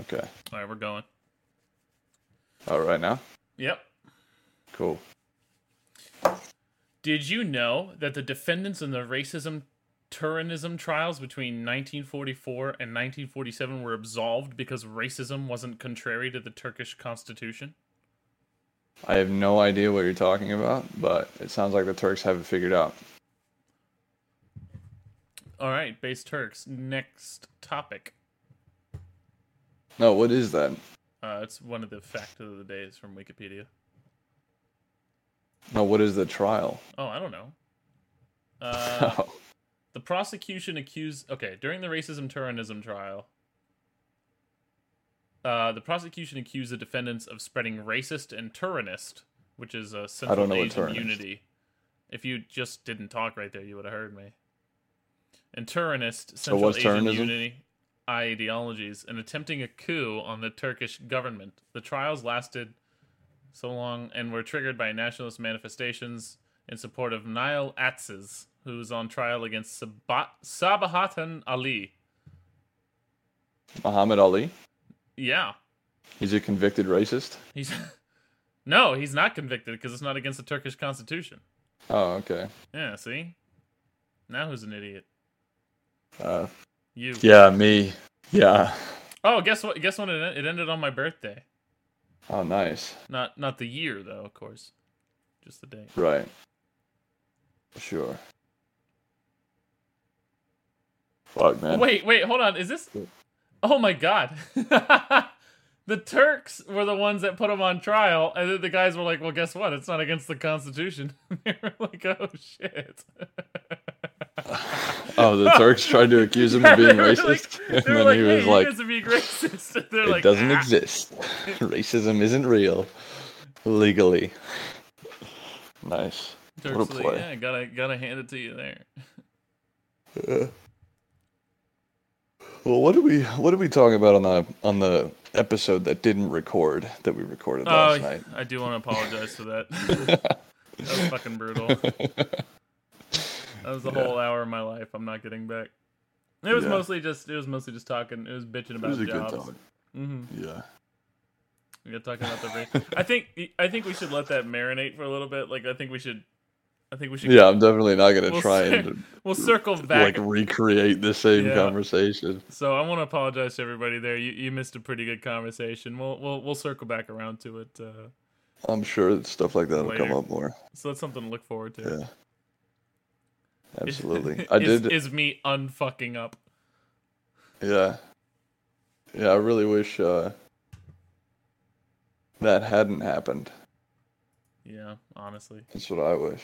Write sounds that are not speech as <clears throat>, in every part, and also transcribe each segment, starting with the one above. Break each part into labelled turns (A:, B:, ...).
A: Okay.
B: All right, we're going.
A: All right now.
B: Yep.
A: Cool.
B: Did you know that the defendants in the racism Turanism trials between 1944 and 1947 were absolved because racism wasn't contrary to the Turkish constitution?
A: I have no idea what you're talking about, but it sounds like the Turks have it figured out.
B: All right, base Turks. Next topic.
A: No, what is that?
B: Uh, it's one of the fact of the days from Wikipedia.
A: No, what is the trial?
B: Oh, I don't know. Uh, the prosecution accused. Okay, during the racism Turanism trial, uh, the prosecution accused the defendants of spreading racist and Turanist, which is a Central
A: don't know what
B: Asian
A: Turanist-
B: unity. If you just didn't talk right there, you would have heard me. And Turanist, Central
A: what's
B: Asian
A: Turanism?
B: unity ideologies, and attempting a coup on the Turkish government. The trials lasted so long and were triggered by nationalist manifestations in support of Niall Atzes, who was on trial against Sabat- Sabahatan Ali.
A: <laughs> Muhammad Ali?
B: Yeah,
A: He's a convicted racist?
B: he's <laughs> no, he's not convicted because it's not against the Turkish constitution.
A: Oh, okay.
B: Yeah, see, now who's an idiot?
A: Uh,
B: You.
A: yeah, me. Yeah.
B: Oh, guess what? Guess what? It, en- it ended on my birthday.
A: Oh, nice.
B: Not not the year though, of course, just the day.
A: Right. Sure. Fuck, man.
B: Wait, wait, hold on. Is this? Oh my god. <laughs> the Turks were the ones that put him on trial, and then the guys were like, "Well, guess what? It's not against the Constitution." <laughs> they were like, "Oh shit."
A: Oh, the Turks tried
B: <laughs>
A: to accuse him of being
B: They were
A: racist, <laughs> and
B: like- they were
A: then
B: like,
A: he
B: "Hey,
A: was
B: you
A: like,
B: guys are being racist." <laughs> And they're
A: "It
B: like,
A: doesn't
B: "Ah."
A: exist. <laughs> Racism isn't real, legally." Nice. What
B: Turks
A: a
B: are like,
A: play.
B: yeah, gotta gotta hand it to you there.
A: Well, what did we what did we talk about on the on the episode that didn't record that we recorded
B: Oh,
A: last
B: <laughs>
A: night?
B: I do want to apologize for that.
A: <laughs>
B: that was fucking brutal. That was
A: <laughs>
B: the whole hour of my life. I'm not getting back. It was
A: Yeah.
B: mostly just it was mostly just talking. It was bitching about jobs. Mm-hmm.
A: Yeah.
B: Yeah, talking about the. Ra- I think I think we should let that marinate for a little bit. Like I think we should. I think we should.
A: Yeah, I'm definitely not gonna
B: We'll,
A: try
B: cir-
A: and
B: we'll circle
A: like
B: <laughs> back.
A: recreate the same
B: Yeah.
A: conversation.
B: so I want to apologize to everybody there. You you missed a pretty good conversation. We'll we'll we'll circle back around to it. Uh,
A: I'm sure that stuff like that will come
B: Later.
A: up
B: <laughs>
A: more.
B: so that's something to look forward to. <laughs>
A: Yeah. Absolutely. I
B: is,
A: did
B: Is me unfucking up.
A: Yeah. Yeah, I really wish uh that hadn't happened.
B: Yeah, honestly.
A: That's what I wish.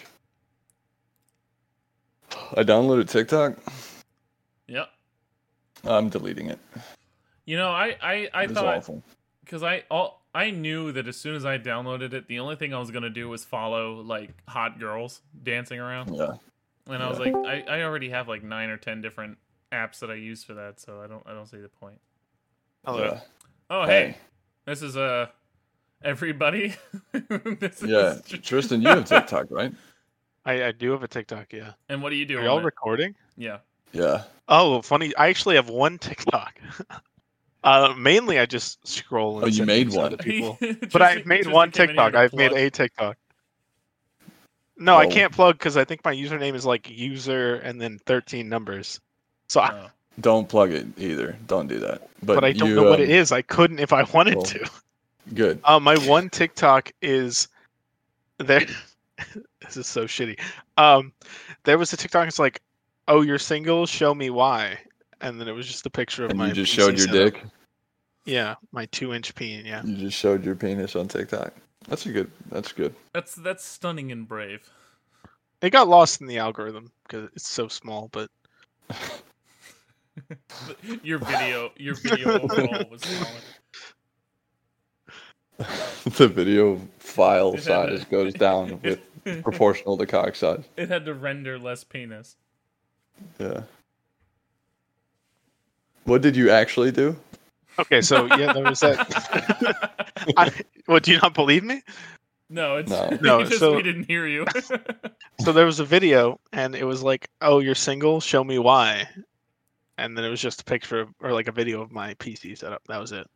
A: I downloaded TikTok.
B: Yeah.
A: I'm deleting it.
B: You know, I I, I
A: It's
B: thought
A: awful.
B: because I all I knew that as soon as I downloaded it, the only thing I was gonna do was follow like hot girls dancing around,
A: Yeah.
B: and I was like, I, I already have like nine or ten different apps that I use for that, so I don't I don't see the point.
A: Yeah.
B: Oh hey, this is uh everybody. <laughs> this is
A: Yeah.
B: <laughs> tr-
A: Tristan, you have TikTok, right?
C: I, I do have a TikTok, yeah.
B: and what do you do?
C: Are
B: on
C: y'all
B: it?
C: recording? <laughs>
B: yeah.
A: Yeah.
C: Oh, funny. I actually have one TikTok. <laughs> uh, mainly I just scroll and
A: Oh, you
C: send
A: made
C: things out
A: one.
C: to
B: <laughs>
C: people. but
B: Tristan-
C: I've made
B: Tristan
C: one
B: came in here
C: TikTok.
B: to
C: I've
B: plug.
C: made a TikTok. No, I
A: Oh.
C: can't plug because I think my username is like user and then 13 numbers. So, I,
B: Oh.
A: Don't plug it either. Don't do that. But,
C: but, I don't
A: you,
C: know what
A: um,
C: it is. I couldn't if I wanted
A: well.
C: to.
A: Good.
C: Uh, my one TikTok is there. <laughs> this is so shitty. Um, there was a TikTok. It's like, oh, you're single. Show me why. And then it was just the picture of
A: And
C: my.
A: you just
C: PC
A: showed your
C: setup.
A: dick.
C: Yeah, my two-inch peen. Yeah.
A: You just showed your penis on TikTok. That's a good that's good. <laughs>
B: That's that's stunning and brave.
C: It got lost in the algorithm because it's so small. But
B: Your video,
A: <laughs>
B: your video overall was solid.
A: the video file
B: It had a-
A: size goes
B: <laughs>
A: down with
B: it,
A: proportional to cock size.
B: it had to render less penis.
A: Yeah. What did you actually do?
C: okay,
A: Oh,
C: so yeah, there
A: <laughs>
C: was that. I, what do you not believe me?
B: <laughs> No, it's
A: No.
C: No,
B: just <laughs>
C: so-
B: we didn't hear you. <laughs> Oh,
C: So there was a video, and it was like, oh, you're single. Show me why. And then it was just a picture of, or like a video of my PC setup. That was it.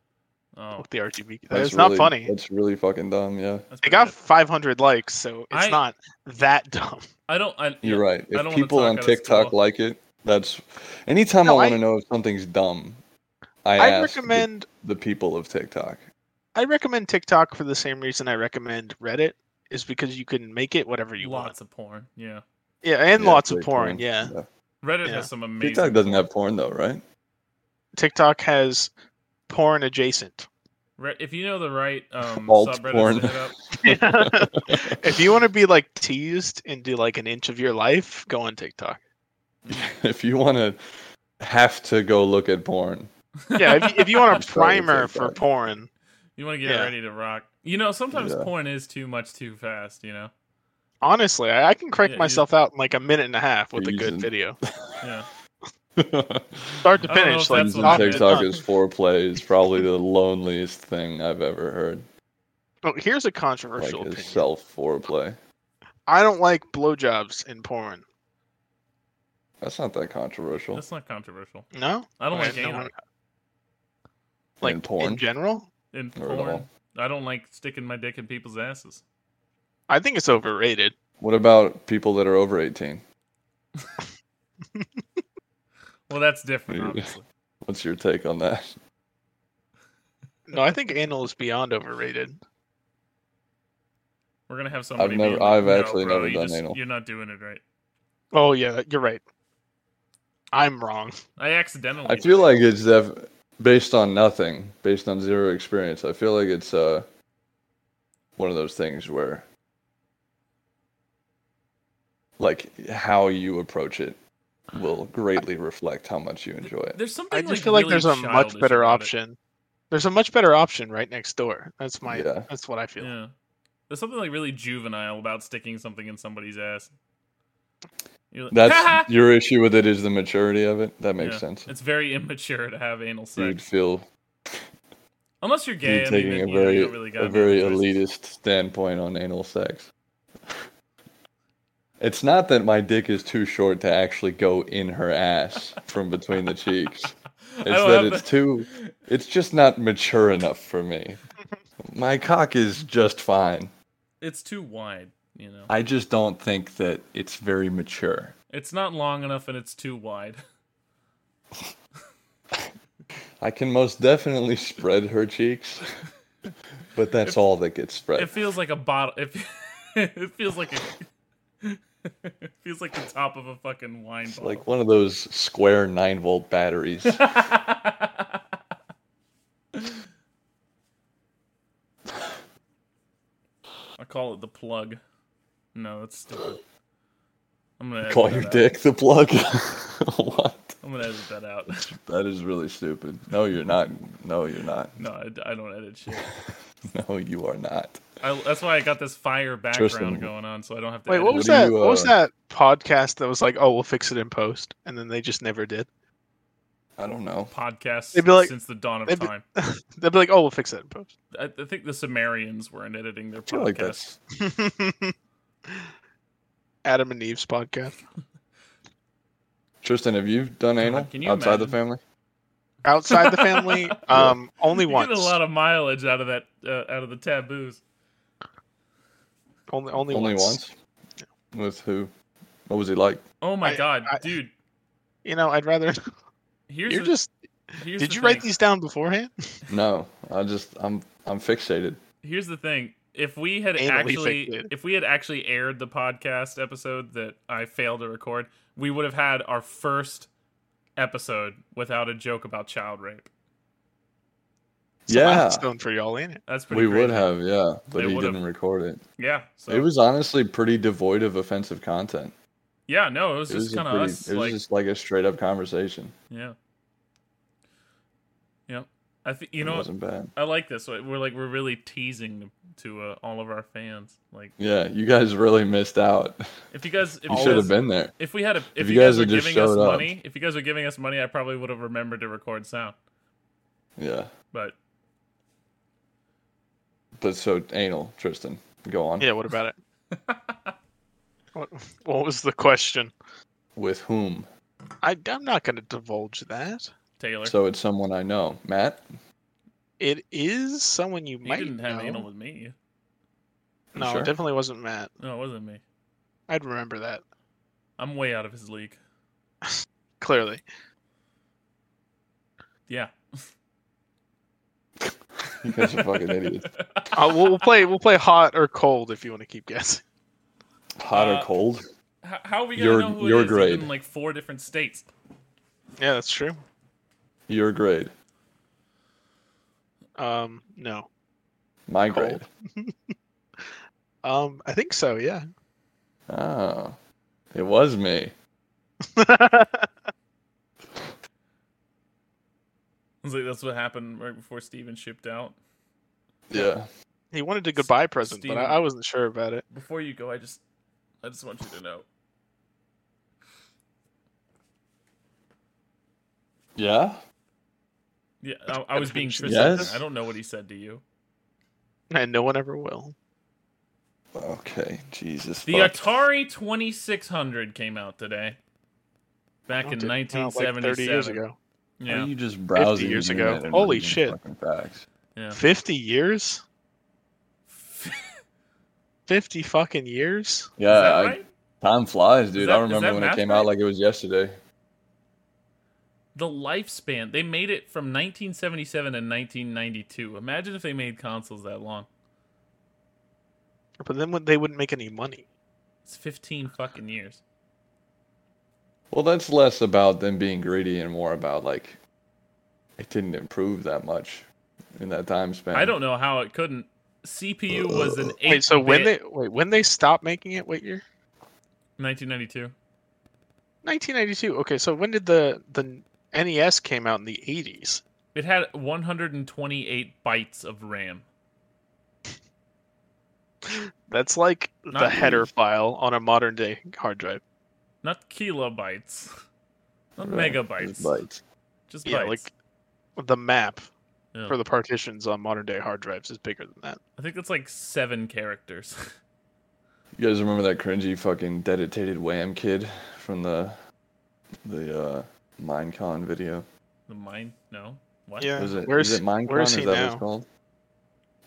B: Oh,
C: Fuck the RGB.
A: That's
C: It's not
A: really-
C: funny.
A: That's really fucking dumb. Yeah,
B: that's
C: It
B: pretty
C: got
B: bad.
C: 500 likes, so it's
B: I-
C: not that dumb.
B: I don't. I,
A: you're right.
B: I
A: If
B: don't wanna
A: people
B: talk
A: on
B: out of school.
A: TikTok like it, that's anytime
C: No,
A: I want
C: I-
A: to know if something's dumb, I
C: I'd
A: ask the-
C: recommend
A: the people of TikTok.
C: I recommend TikTok for the same reason I recommend Reddit is because you can make it whatever you want.
B: lots of porn. Yeah,
C: Yeah, and
A: Yeah,
C: lots of
A: great
C: porn.
A: point.
C: Yeah,
B: Reddit
C: Yeah.
B: has some amazing.
A: TikTok doesn't have porn though,
B: <laughs>
A: right?
C: TikTok has porn
B: <laughs>
C: adjacent.
B: Re- if you know the right um,
A: Alt
B: subreddits
A: porn.
B: to
A: <laughs>
B: hit up,
C: if you want to be like teased and do like an inch of your life, go on TikTok.
A: if you want to have to go look at porn,
C: Yeah, if, you- if you want a
A: <laughs> Just follow
C: primer for
A: TikTok.
C: porn,
B: <laughs> you want to get
C: Yeah.
B: ready to rock. You know, sometimes
A: Yeah.
B: porn is too much too fast. You know.
C: honestly, I, I can crank
B: Yeah, you-
C: myself out in like a minute and a half with a good
A: Reason.
C: video.
B: Yeah.
A: <laughs>
C: Start to
B: I don't know
C: finish,
B: if
C: like
B: that's
A: using
B: what
C: off
B: it
C: to
B: is.
A: TikTok
C: done.
A: as foreplay is probably the loneliest thing I've ever heard.
C: Oh, here's a
A: Like
C: controversial
A: is
C: opinion.
A: self foreplay.
C: I don't like blowjobs in porn.
A: That's not that controversial.
B: That's not controversial.
C: No,
B: I don't
C: Okay,
B: like
C: no
B: anal
C: one- like
A: in porn.
C: in general.
B: in
A: Or at
B: porn.
A: all.
B: I don't like sticking my dick in people's asses.
C: I think it's overrated.
A: What about people that are over eighteen?
B: Well, that's different,
A: Yeah.
B: obviously.
A: What's your take on that?
C: No, I think anal is beyond overrated.
B: We're gonna have somebody. be
A: never-
B: like,
A: I've
B: "No,
A: actually
B: bro,
A: never
B: you
A: done anal."
B: You're not doing it right.
C: Oh yeah, you're right. I'm wrong.
B: I accidentally.
A: I feel like it's def- based on nothing, based on zero experience. I feel like it's uh one of those things where like how you approach it will greatly reflect how much you enjoy
B: <laughs>
A: it.
B: there's something.
C: I just
B: like,
C: feel like
B: really
C: there's a much
B: childish
C: better
B: about it.
C: option. There's a much better option right next door. That's my.
A: Yeah.
C: That's what I feel.
B: Yeah. There's something like really juvenile about sticking something in somebody's ass. You're like,
A: That's your issue with it is the maturity of it. That makes
B: Yeah.
A: sense.
B: It's very immature to have anal
A: You'd
B: sex,
A: feel
B: unless you're
A: you're
B: gay. I mean,
A: taking
B: then
A: a
B: you,
A: very
B: you don't really got
A: a very
B: choice.
A: elitist standpoint on anal sex. It's not that my dick is too short to actually go in her ass from between the cheeks.
B: <laughs> I
A: It's
B: don't
A: that
B: have
A: it's
B: the-
A: too it's just not mature enough for me. My cock is just fine.
B: It's too wide. You know,
A: I just don't think that it's very mature.
B: it's not long enough, and it's too wide.
A: I can most definitely spread her cheeks. But that's all that gets spread.
B: It feels like a bottle. It, <laughs> it feels like a. <laughs> it feels like the top of a fucking wine
A: It's
B: bottle.
A: like one of those square 9 volt batteries.
B: I call it the plug. No, that's stupid. I'm gonna edit
A: Call
B: that
A: your
B: out.
A: dick the plug. <laughs> what?
B: I'm gonna edit that out.
A: That is really stupid. No, you're not. No, you're not. <laughs>
B: No, I, I don't edit shit.
A: No, you are not.
B: I, that's why I got this fire background
A: Tristan.
B: going on, so I don't have to.
C: Wait,
B: edit
C: what
A: What
C: was
A: do
C: that?
A: you,
C: What was
A: uh,
C: that podcast that was like, "Oh, we'll fix it in post," and then they just never did.
A: I don't know.
B: podcasts
C: They'd be like-
B: since the dawn of
C: they'd be-
B: time.
C: They'd be like, "Oh, we'll fix it in post." <laughs>
B: I, I think the Sumerians weren't editing their
A: I feel like
B: podcasts.
A: that's.
C: Adam and Eve's podcast
A: Tristan, have you done anal
B: can you
A: outside the
B: imagine?
A: family?
C: outside
B: <laughs>
C: the family. Um, only
B: you
C: once.
B: get a lot of mileage out of that, uh, out of the taboos.
C: only, only
A: Only
C: once.
A: once. With who? What was he like?
B: Oh my
C: I-
B: god,
C: I-
B: dude!
C: You know, I'd rather.
B: Here's
C: <laughs> You're
B: the,
C: just.
B: here's
C: Did
B: the
C: you write
B: thing.
C: these down beforehand? <laughs>
A: No, I just I'm I'm fixated.
B: Here's the thing: if we had
C: Anally
B: actually,
C: fixated.
B: if we had actually aired the podcast episode that I failed to record, we would have had our first episode without a joke about child rape.
C: It's a
A: Yeah.
C: milestone for y'all, ain't it?
B: That's pretty.
A: We would
B: crazy.
A: have, yeah, but
B: They
A: he
B: would've.
A: didn't record it.
B: Yeah. So
A: It was honestly pretty devoid of offensive content.
B: Yeah. No, it was
A: It was,
B: just
A: a
B: kind of
A: pretty-
B: us.
A: it was
B: Like,
A: just like a straight up conversation.
B: yeah. Yeah. I think you
A: it
B: know. what?
A: wasn't bad.
B: I like this. Like, We're like we're really teasing to uh, all of our fans. Like,
A: Yeah, you guys really missed out.
B: if you guys, if
A: You
B: you
A: should
B: guys
A: have been there.
B: If we had, a, if,
A: If
B: you
A: you
B: guys,
A: guys
B: were
A: had just
B: giving us
A: showed up.
B: money, if you guys were giving us money, I probably would have remembered to record sound.
A: Yeah.
B: But
A: But so anal, Tristan. Go on.
C: Yeah. What about it? <laughs> what, what was the question?
A: With whom?
C: I, I'm not going to divulge that.
B: Taylor,
A: So it's someone I know. Matt? <laughs>
C: it is someone you
B: You
C: might
B: didn't have
C: know.
B: anal with me.
C: No,
A: Sure.
C: it definitely wasn't Matt.
B: No, it wasn't me.
C: I'd remember that
B: I'm way out of his league.
C: clearly.
B: Yeah.
A: You guys are fucking idiots.
B: <laughs>
C: Uh, we'll, we'll play. We'll play hot or cold if you want to keep
B: <laughs>
C: guessing.
A: Hot
B: Uh,
A: or cold?
B: How, how are we gonna
A: Your-
B: know who
A: your
B: it is? He's
A: grade.
B: in like four different states?
C: Yeah, that's true.
A: Your grade.
C: Um, no.
A: My
C: Cold.
A: grade.
C: Um, I think so. Yeah. <laughs>
A: Oh. It was me.
B: It's like that's what happened right before Steven shipped out.
A: Yeah.
C: he wanted a goodbye present, but
B: Steven.
C: I, I wasn't sure about it. <laughs>
B: Before you go, I just I just want you to know.
A: Yeah?
B: Yeah, I, I was being
C: Yes.
B: Tristan. I don't know what he said to you.
C: And no one ever will.
A: Okay. Jesus.
B: The
A: fuck.
B: Atari 2600 came out today. Back in
C: Did- well, Oh, like
B: 1977.
C: Thirty years ago.
A: Why
B: Yeah.
A: Are you just browsing
C: years
A: the
C: ago.
A: internet and
C: Holy
A: reading
C: shit.
A: fucking Facts.
B: yeah. <laughs>
C: Fifty years. Fifty fucking years.
A: Yeah,
B: Is that
A: I-
B: right?
A: time flies, dude.
B: that-
A: I
B: is
A: remember
B: that
A: when it
B: math
A: came
B: right?
A: out like it was yesterday.
B: The lifespan. They made it from 1977 to 1992. Imagine if they made consoles that long.
C: But then when they wouldn't make any money.
B: It's 15 fucking years.
A: Well, that's less about them being greedy and more about like it didn't improve that much in that time span.
B: I don't know how it couldn't. CPU was an 8
C: Wait. So when they wait when they stopped making it? What year?
B: 1992.
C: 1992. Okay, so when did the the NES came out in the 80s?
B: It had 128 bytes of RAM.
C: That's like the
B: Not-
C: header file on a modern day hard drive.
B: Not kilobytes. Not
A: Right,
B: megabytes.
A: Just bytes.
B: Just
C: Yeah,
B: bytes.
C: like the map
B: Yeah.
C: for the partitions on modern day hard drives is bigger than that.
B: I think that's like seven characters. <laughs>
A: You guys remember that cringy fucking dedicated Wham kid from the the uh Minecon video?
B: the mine? No. What?
C: Yeah.
A: Is it
C: Where's-
A: is it Minecon?
C: where's
A: is
C: he
A: that what
C: now?
A: it's called?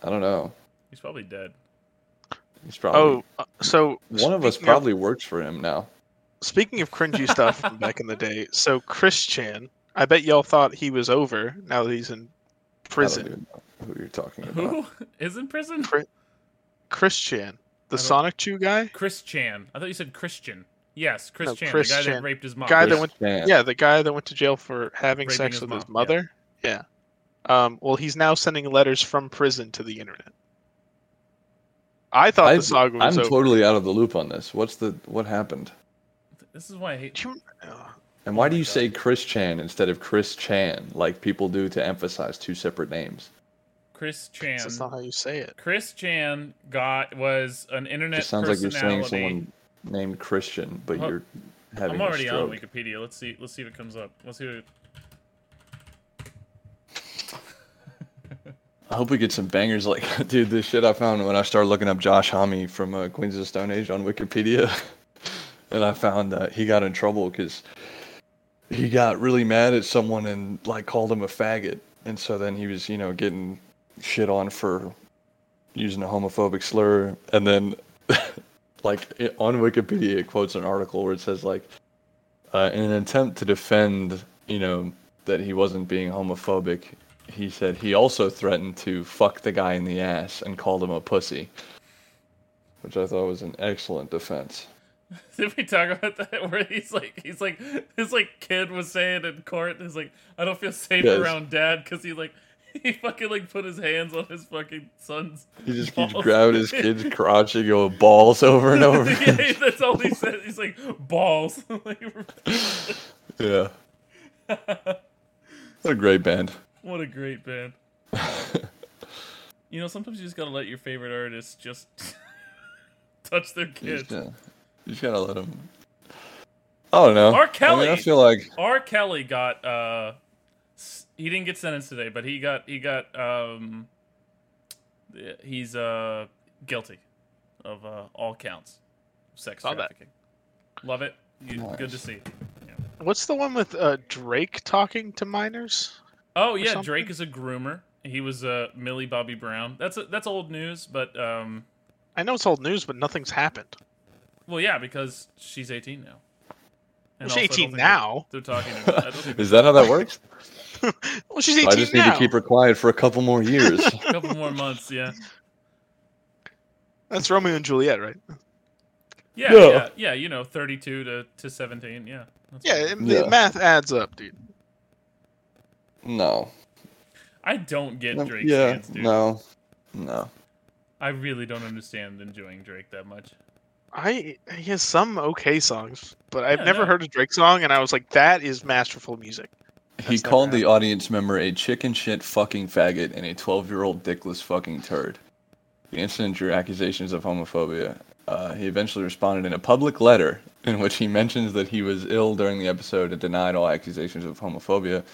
A: I don't know.
B: He's probably dead.
A: He's probably
C: Oh, uh, so
A: Um, one of us
C: speaking
A: probably works for him now.
C: speaking of cringy stuff from back in the day, so Chris Chan, I bet y'all thought he was over now that he's in
A: I
C: prison.
A: don't even know who you're talking about.
B: Who <laughs> is in prison?
C: Chris- Chris Chan, the
B: I don't-
C: Sonic Chew guy,
B: Chris Chan. I thought you said Christian. Yes, Chris
C: No,
B: Chan,
C: Chris
B: the guy that
C: Chan.
B: raped his mom.
C: Guy that
A: Chris
C: went-
A: Chan.
C: yeah, the guy that went to jail for having
B: Raping
C: sex
B: his
C: with his
B: mom, yeah.
C: mother. Yeah. Um, well, he's now sending letters from prison to the internet. I thought
A: I-
C: the saga
A: I'm
C: was over.
A: totally out of the loop on this. What's the what happened?
B: This is why I hate.
C: Do you- oh,
A: And
B: Oh
A: why
B: my
A: do you
B: God.
A: say Chris Chan instead of Chris Chan, like people do to emphasize two separate names?
B: Chris Chan.
C: That's not how you say it.
B: Chris Chan got was an
A: It
B: internet
A: just sounds like you're
B: personality.
A: saying someone named Christian, but
B: Huh.
A: you're having
B: I'm already
A: a
B: on
A: stroke.
B: Wikipedia. Let's see. Let's see if <laughs> it comes up. Let's see. What it,
A: I hope we get some bangers like, <laughs> dude, this shit I found when I started looking up Josh Homme from uh, Queens of the Stone Age on Wikipedia. <laughs> and I found that he got in trouble because he got really mad at someone and like called him a faggot. And so then he was, you know, getting shit on for using a homophobic slur. And then, <laughs> like, it, on Wikipedia, it quotes an article where it says, like, uh, in an attempt to defend, you know, that he wasn't being homophobic, he said he also threatened to fuck the guy in the ass and called him a pussy, which I thought was an excellent defense.
B: Did we talk about that? <laughs> Where he's like, he's like, this like kid was saying in court, he's like, I don't feel safe
A: Yes.
B: around dad because he like, <laughs> he fucking like put his hands on his fucking son's.
A: He just keeps
B: balls.
A: grabbing
B: <laughs>
A: his kid's crotch and going balls over and over.
B: yeah, that's all he said. He's like balls. <laughs> like,
A: yeah.
B: <laughs>
A: What a great band.
B: what a great
C: <laughs>
B: band. you know, sometimes you just gotta let your favorite artists just <laughs> touch their
A: You
B: kids.
A: just, gotta, you just gotta let them. I don't know.
B: R.
A: I, mean,
B: Kelly!
A: I feel like
B: R. Kelly got uh, s- he didn't get sentenced today, but he got he got um, he's uh guilty of uh, all counts, of sex
C: Saw that.
B: trafficking. Love it. You,
A: Nice.
B: Good to see. it.
C: What's the one with uh, Drake talking to minors?
B: Oh yeah,
C: something?
B: Drake is a groomer He was uh, Millie Bobby Brown. That's that's old news, but um,
C: I know it's old news, but nothing's happened.
B: well, yeah, because she's 18 now. And
C: Well, she's
B: also, I don't
C: 18
B: think they're-
C: now.
B: They're talking. About, <laughs> I don't
A: <laughs>
B: think
A: Is that how that works?
C: Well, she's
A: I
C: 18
A: just need
C: now.
A: to keep her quiet for a couple more
B: <laughs>
A: years.
B: a couple
C: <laughs>
B: more months. Yeah.
C: That's Romeo and Juliet, right?
B: Yeah,
A: No.
B: yeah, yeah. You know, 32 to, to 17. Yeah. That's
C: Yeah,
B: fine.
C: it, the
A: Yeah.
C: math adds up, dude.
A: no.
B: I don't get
A: Um,
B: Drake's
A: yeah.
B: stance, dude.
A: No. No.
B: I really don't understand enjoying Drake that much.
C: I he has some okay songs, but I've
B: Yeah,
C: never
B: no.
C: heard a Drake song, and I was like, that is masterful music.
A: he
C: That's never
A: called the
C: happened.
A: audience member a chicken shit fucking faggot and a 12 year old dickless fucking turd. The incident drew accusations of homophobia. Uh, he eventually responded in a public letter <laughs> in which he mentions that he was ill during the episode and denied all accusations of homophobia.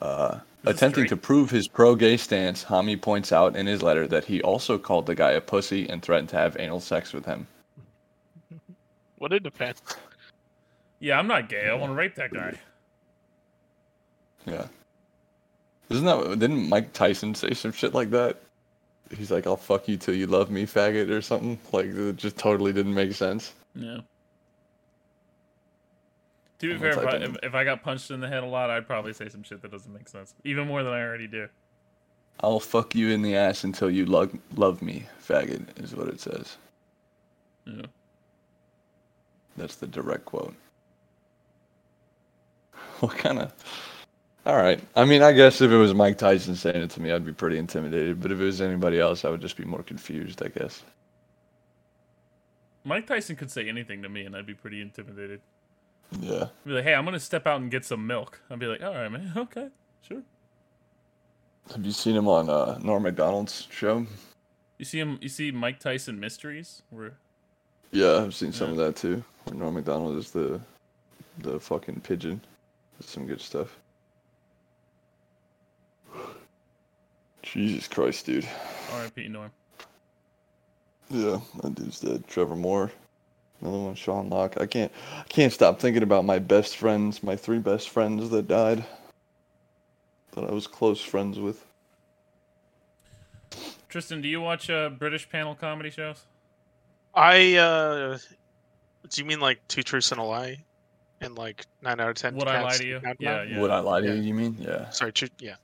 A: Uh,
B: This is
A: attempting
B: great.
A: to prove his pro gay stance, Hami points out in his letter that he also called the guy a pussy and threatened to have anal sex with him.
C: What a defense!
B: Yeah, I'm not gay. I want to rape that guy.
A: Yeah. Isn't that didn't Mike Tyson say some shit like that? He's like, "I'll fuck you till you love me, faggot," or something. Like it just totally didn't make sense.
B: Yeah. To be
A: I'm
B: fair, if
A: gonna
B: I,
A: type in-
B: if, if I got punched in the head a lot, I'd probably say some shit that doesn't make sense, even more than I already do.
A: I'll fuck you in the ass until you love love me, faggot, is what it says.
B: Yeah.
A: That's the direct quote. <laughs> What kind of? All right. I mean, I guess if it was Mike Tyson saying it to me, I'd be pretty intimidated. But if it was anybody else, I would just be more confused. I guess.
B: Mike Tyson could say anything to me, and I'd be pretty intimidated.
A: Yeah.
B: I'd be like, "Hey, I'm gonna step out and get some milk." I'd be like, "All right, man. <laughs> Okay, sure."
A: Have you seen him on uh, Norm Macdonald's show?
B: You see him? You see Mike Tyson mysteries? Where
A: Yeah, I've seen some of that too. Where Norm Macdonald is the the fucking pigeon. That's some good stuff. Jesus Christ, dude.
B: R.I.P. Norm.
A: Yeah, that dude's dead. Trevor Moore. Another one, Sean Locke. I can't I can't stop thinking about my best friends, my three best friends that died. That I was close friends with.
B: Tristan, do you watch uh, British panel comedy shows?
C: I uh, do you mean like two truths and a lie, and like nine out of ten?
B: Would I lie
C: cats
B: to you?
C: count
B: Yeah,
C: that?
B: Uh, yeah.
A: Would I lie to
C: Yeah.
A: you, you mean?
B: <laughs>
A: Yeah. <laughs>
C: Sorry, two, yeah.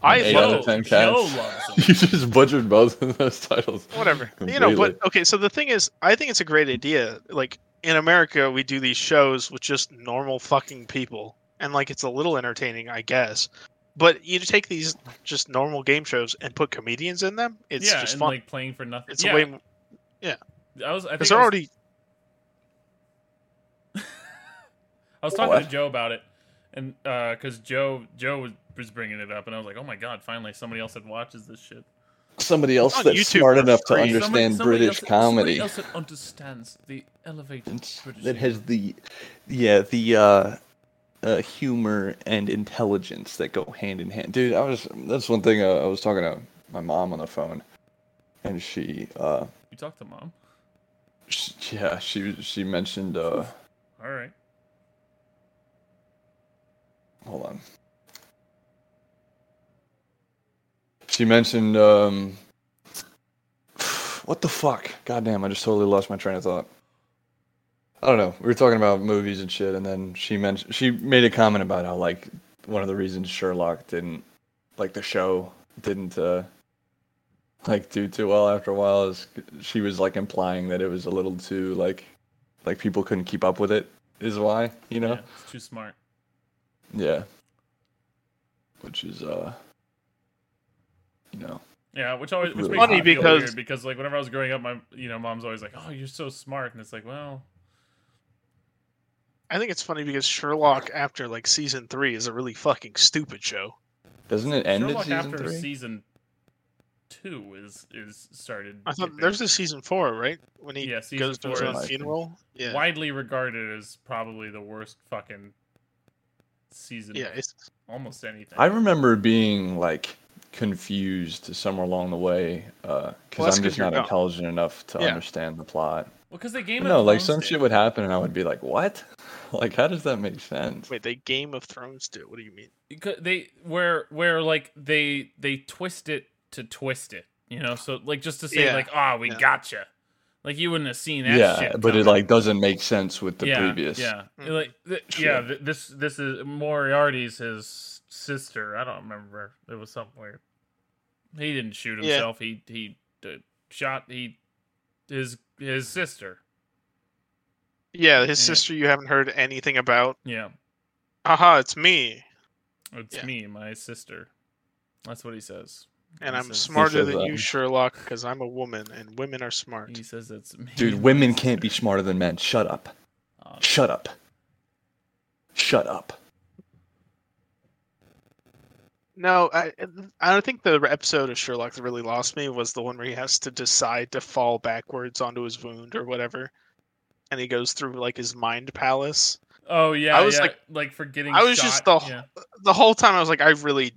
C: I
A: Eight
C: love
A: out of ten
B: Joe
A: cats.
B: loves them.
A: you just butchered both of those titles.
C: whatever you know
A: Completely.
C: but okay so the thing is i think it's a great idea like in america we do these shows with just normal fucking people and like it's a little entertaining i guess but you take these just normal game shows and put comedians in them it's
B: yeah,
C: just
B: and
C: fun
B: like playing for nothing.
C: it's
B: yeah,
C: a way
B: I was. I think
C: because
B: I
C: they're
B: was-
C: already
B: I was talking to
A: What?
B: Joe about it, and because Joe Joe was- was bringing it up, and I was like, "Oh my god, finally somebody else that watches this shit."
A: somebody else
C: on
A: that's
C: YouTube
A: smart
C: for
A: enough to
C: free.
A: understand
B: Somebody- somebody
A: British
B: else-
A: comedy.
B: Somebody else that understands the elevated
A: It's-
B: British.
D: that has the yeah the uh, uh humor and intelligence that go hand in hand
A: Dude, I was that's one thing uh, I was talking to my mom on the phone, and she, uh,
B: You talked to mom.
A: sh yeah, she she mentioned. Uh,
B: All right.
A: hold on. She mentioned um, <sighs> what the fuck? Goddamn, I just totally lost my train of thought. I don't know. We were talking about movies and shit, and then she mentioned she made a comment about how like one of the reasons Sherlock didn't like the show didn't uh like do too well after a while is she was like implying that it was a little too like like people couldn't keep up with it is why you know
B: Yeah, it's too smart.
A: yeah. Which is uh you know.
B: Yeah, which always which
A: Really
B: makes me
A: hot.
B: feel
C: Because-
B: weird because like whenever I was growing up, my you know mom's always like, "Oh, you're so smart," and it's like, well,
C: i think it's funny because sherlock after like season three is a really fucking stupid show
A: Doesn't it end
B: Sherlock
A: at season
B: after
A: three?
B: season two is is started.
C: i thought
B: dipping.
C: there's a season four right when he
B: Yeah, season
C: goes to his
B: four
C: own
A: is-
C: funeral yeah
B: widely regarded as probably the worst fucking season.
C: yeah
B: of
C: it's
B: almost anything.
A: I remember being like confused somewhere along the way because
C: Well, that's
A: I'm
C: 'cause
A: just
C: you're
A: not
C: young.
A: intelligent enough to
C: Yeah.
A: understand the plot.
B: because the game.
A: But no, like some shit would happen and I would be like, "What?" <laughs> Like, how does that make sense?
C: Wait, they Game of Thrones do. it. What do you mean?
B: It could- they where where like they they twist it to twist it you know so like just to say
C: Yeah,
B: like ah we
C: yeah.
B: gotcha like you wouldn't have seen that
A: yeah,
B: shit
A: but it
B: coming.
A: like doesn't make sense with the
B: yeah,
A: previous.
B: yeah
C: Mm.
B: like th-
A: Sure.
B: yeah th- this this is moriarty's his sister i don't remember it was something weird he didn't shoot
C: Yeah.
B: himself he he uh, shot he his his sister
C: Yeah, his
B: Yeah.
C: sister you haven't heard anything about.
B: yeah
C: Aha, it's me.
B: it's
C: Yeah.
B: me my sister that's what he says
C: And
B: He
C: I'm
B: says- uh,
C: smarter
A: says
C: than
A: that.
C: you, Sherlock, because I'm a woman, and women are smart.
B: he says it's me
A: Dude,
B: my
A: women can't
B: <laughs>
A: be
B: sister.
A: smarter than men. Shut up.
B: Oh,
A: Shut up. Shut up.
C: No, I I don't think the episode of Sherlock that really lost me was the one where he has to decide to fall backwards onto his wound or whatever, and he goes through like his mind palace.
B: Oh yeah,
C: I was,
B: yeah,
C: like-
B: like forgetting.
C: I was just
B: shot,
C: the-
B: yeah.
C: The whole time I was like, I really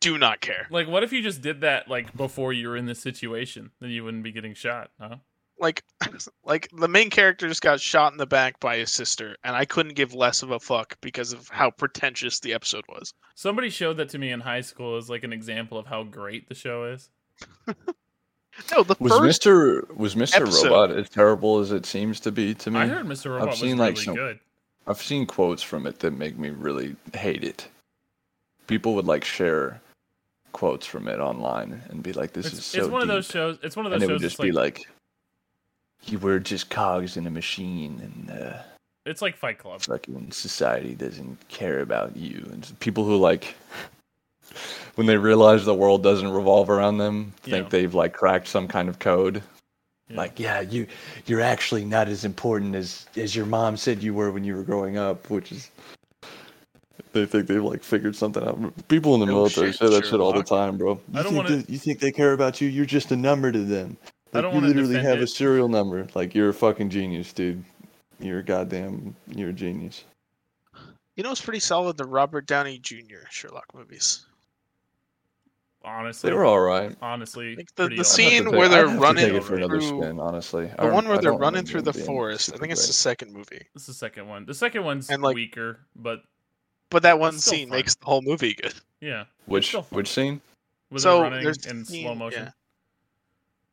C: do not care.
B: like, what if you just did that like before you were in this situation? Then you wouldn't be getting shot, huh?
C: Like, <laughs> like the main character just got shot in the back by his sister, and I couldn't give less of a fuck because of how pretentious the episode was.
B: Somebody showed that to me in high school as like an example of how great the show is.
C: No, the
A: Was
C: first
A: Mister was Mister
C: episode-
A: Robot as terrible as it seems to be to me?
B: I heard Mr. Robot was
A: seen,
B: really
A: like, some-
B: good.
A: I've seen quotes from it that make me really hate it. People would like share quotes from it online and be like, "This
B: It's,
A: is so
B: it's one of those
A: deep,"
B: shows. It's one of those
A: and it would
B: shows.
A: just
B: Just
A: be
B: like,
A: like, "You were just cogs in a machine, and uh,
B: it's like Fight Club.
A: fucking society doesn't care about you." And s- people who like, when they realize the world doesn't revolve around them,
B: Yeah.
A: think they've like cracked some kind of code.
B: Yeah.
A: Like, yeah, you you're actually not as important as as your mom said you were when you were growing up, which is they think they've like figured something out. People in the
C: No
A: military
C: shit,
A: say that shit all the
C: Sherlock.
A: time, bro. You
B: Oh, I don't
A: think
B: wanna-
A: that- you think they care about you? You're just a number to them.
B: I
A: Like,
B: don't
A: you
B: wanna
A: literally
B: defend
A: have a
B: it.
A: serial number. Like you're a fucking genius, dude. You're a goddamn you're a genius.
C: You know, it's pretty solid. The Robert Downey Jr. Sherlock movies.
B: honestly,
A: They were all right.
B: honestly
C: Like, the-
B: pretty
A: I'd
B: all right.
C: the
A: have to
C: scene
A: take-
C: where
A: I'd
C: they're
A: have to
C: running
A: take it for another
C: through-
A: spin, honestly.
C: The one where they're running through the forest. I think it's the second movie.
B: This is the second one. The second one's
C: And, like-
B: weaker, but
C: But that one
B: It's still
C: scene
B: fun.
C: makes the whole movie good.
B: yeah,
A: which
B: still fun.
A: which scene?
B: with
C: So,
B: so running
C: there's
B: in
C: scene-
B: slow motion.
C: yeah.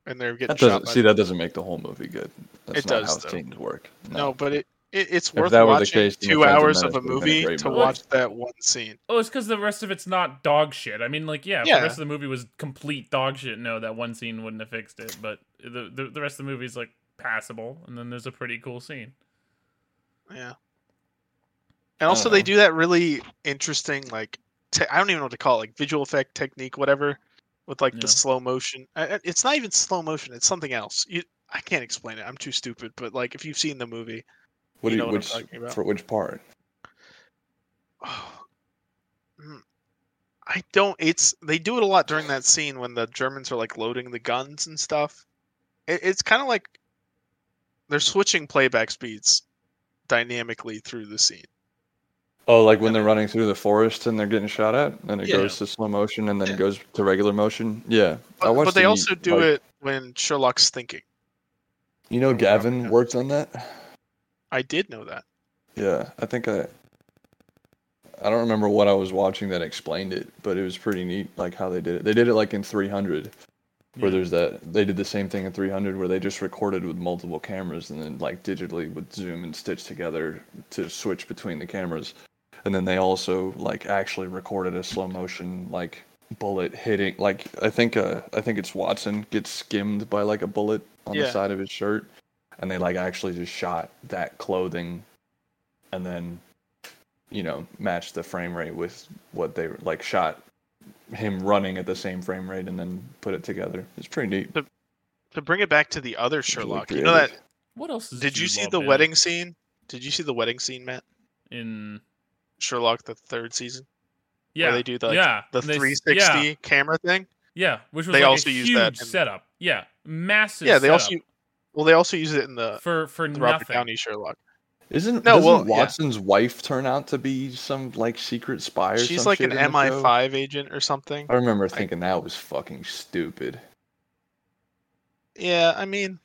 C: And they're getting
A: That
C: shot.
A: doesn't
C: By
A: see that doesn't make the whole movie good. That's
C: It
A: not
C: does,
A: how
C: though.
A: scenes work.
C: no, but it, it it's
A: If
C: worth
A: that were the
C: watching
A: case, then
C: two
A: The Phantom
C: hours of
A: Menace
C: a
A: would've been a
C: movie
A: great
C: to
A: movie.
C: watch that one scene.
B: Oh, it's because the rest of it's not dog shit. I mean, like, yeah, if
C: Yeah.
B: the rest of the movie was complete dog shit, no, that one scene wouldn't have fixed it. But the the, the rest of the movie's like passable, and then there's a pretty cool scene.
C: Yeah. And also,
A: Uh-huh.
C: they do that really interesting, like te- I don't even know what to call it, like visual effect technique, whatever, with like
B: Yeah.
C: the slow motion. I- I- It's not even slow motion; it's something else. You, I can't explain it. I'm too stupid. But like, if you've seen the movie,
A: What do
C: You know
A: you,
C: what I'm
A: which
C: talking about.
A: for which part?
C: <sighs> Mm. I don't. It's they do it a lot during that scene when the Germans are like loading the guns and stuff. It, it's kind of like they're switching playback speeds dynamically through the scene.
A: Oh, like when they're running through the forest and they're getting shot at, and it
C: Yeah.
A: goes to slow motion and then
C: Yeah.
A: goes to regular motion. Yeah,
C: But, but
A: watched
C: they
A: the,
C: also do
A: like-
C: it when Sherlock's thinking.
A: You know,
C: Oh,
A: Gavin
C: yeah.
A: worked on that.
C: I did know that.
A: Yeah, I think I. I don't remember what I was watching that explained it, but it was pretty neat, like how they did it. They did it like in 300, where
B: Yeah.
A: there's that. They did the same thing in 300, where they just recorded with multiple cameras and then like digitally would zoom and stitch together to switch between the cameras, and then they also like actually recorded a slow motion like bullet hitting. Like I think uh I think it's Watson gets skimmed by like a bullet on
C: Yeah.
A: the side of his shirt, and they like actually just shot that clothing and then you know match the frame rate with what they like shot him running at the same frame rate and then put it together it's pretty neat
C: To bring it back to the other
A: really
C: Sherlock, you know that?
A: creative.
B: What else is
C: Did you
B: Jude
C: see
B: Law
C: the
B: been
C: wedding scene? Did you see the wedding scene, Matt?
B: in?
C: Sherlock, the third season,
B: Yeah,
C: they do the, like,
B: yeah,
C: the
B: they-
C: 360
B: Yeah,
C: camera thing.
B: yeah, which was
C: They
B: like
C: also
B: a
C: use
B: huge
C: that in-
B: setup. Yeah, massive.
C: yeah, they also
B: setup
C: well, they also use it in the,
B: for for
C: the Robert
B: nothing.
C: Downey Sherlock.
A: isn't
C: No,
A: doesn't
C: well, yeah.
A: watson's wife turn out to be some like secret spy or
C: She's
A: some
C: like
A: shit
C: an
A: in the show?
C: MI5 agent or something.
A: i remember thinking that was fucking stupid
C: Yeah, I mean,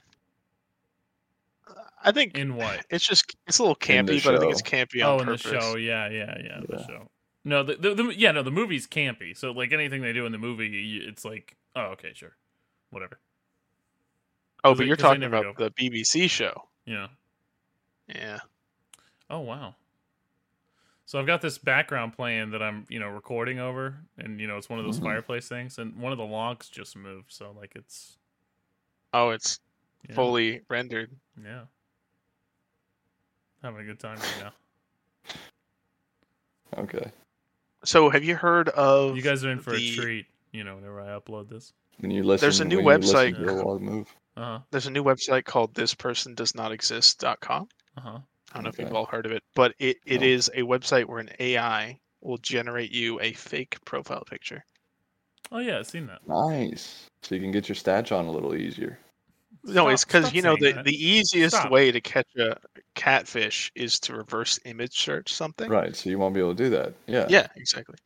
C: I think
B: In what?
C: <laughs> it's just it's a little
A: In the
C: campy, but I think it's
A: show.
C: campy
B: Oh,
C: on
B: in the
C: purpose.
B: show. Yeah, yeah, yeah. The show. No, the, the, the yeah, no, the movie's campy. So like anything they do in the movie, you- it's like, oh, okay, sure, whatever.
C: Oh,
B: 'Cause
C: but
B: they-
C: you're
B: 'cause they
C: talking
B: never
C: about the BBC show.
B: Yeah.
C: Yeah.
B: Oh wow. So I've got this background playing that I'm, you know, recording over, and you know, it's one of those
C: Mm-hmm.
A: Mhm.
B: fireplace things, and one of the logs just moved, so like it's
C: Oh, it's
B: yeah,
C: fully rendered.
B: Yeah. Having a good time right
A: Okay.
C: So, have you heard
B: now.
C: of?
B: You guys are in for
C: the-
B: a treat, you know, whenever I upload this.
A: When you listen,
C: There's a new
A: when you listen
C: website.
A: to the log move.
B: Uh huh.
C: There's a new website called thispersondoesnotexist.com.
B: Uh huh.
C: I don't know
A: Okay.
C: if you've all heard of it, but it, it
B: Oh.
A: No.
C: is a website where an AI will generate you a fake profile picture.
B: Oh yeah, I've seen that.
A: Nice. So you can get your stats on a little easier.
C: No, it's
B: Stop-
C: because
B: stop
C: you know
B: saying
C: the,
B: that.
C: the easiest
B: Stop.
C: way to catch a catfish is to reverse image search something.
A: Right. So you won't be able to do that. Yeah.
C: Yeah, exactly.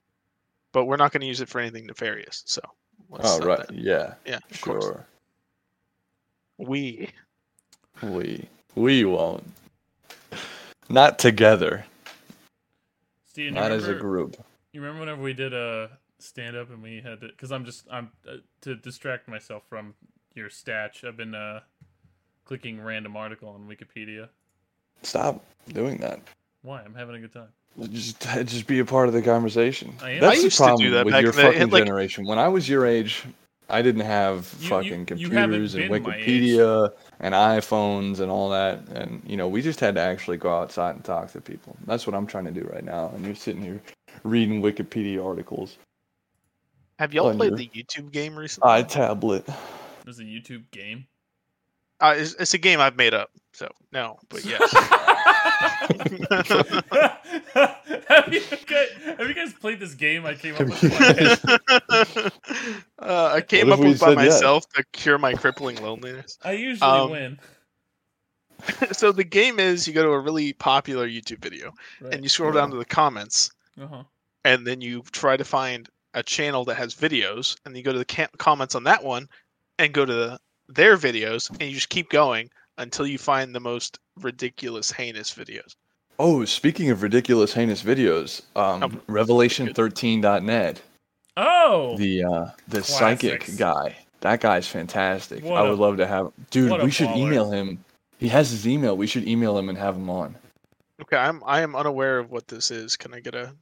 C: But we're not going to use it for anything nefarious. So. Let's
A: Oh,
C: stop
A: right.
C: that.
A: Yeah.
C: Yeah. Of course.
A: Sure.
C: We.
A: We we won't. Not together.
B: Steven, you
A: Not as a
B: remember-
A: group.
B: You remember whenever we did a stand up and we had to, because I'm just I'm uh, to distract myself from your statch. I've been uh, clicking random article on Wikipedia.
A: Stop doing that.
B: Why? I'm having a good time.
A: Just, <laughs> just be a part of the conversation.
B: I am. I
A: That's the
C: used to do
A: problem
C: that
A: with
C: back
A: your
C: in the- it,
A: fucking
C: like-
A: generation. When I was your age, I didn't have
B: You- you-
A: fucking
B: you haven't
A: computers and
B: been my age.
A: Wikipedia and iPhones and all that. And you know, we just had to actually go outside and talk to people. That's what I'm trying to do right now. And you're sitting here reading Wikipedia articles
C: Have y'all
A: on
C: played
A: your
C: the YouTube game recently?
A: on a tablet.
B: There's a YouTube game.
C: Uh, it's, it's a game I've made up, so no,
B: <laughs>
C: but yes.
B: have, you guys, have you guys played this game I came up with?
A: <laughs>
B: in my head?
C: <laughs> uh, I came
A: if
C: up
A: we
C: with by
A: said yes?
C: myself to cure my crippling loneliness. <laughs>
B: I usually
C: Um,
B: win.
C: so the game is you go to a really popular YouTube video
B: Right.
C: and you scroll down to the comments
B: uh-huh.
C: and then you try to find a channel that has videos and you go to the ca- comments on that one and go to the, their videos and you just keep going until you find the most ridiculous heinous videos.
A: Oh, speaking of ridiculous, heinous videos, um,
C: Oh,
A: Revelation13.net,
B: Oh,
A: the uh, the
B: Classics.
A: psychic guy, that guy's fantastic.
B: What
A: I
B: a-
A: would love to have. Dude,
B: what a
A: we should
B: baller.
A: email him. He has his email. We should email him and have him on.
C: Okay, I'm I am unaware of what this is. Can I get a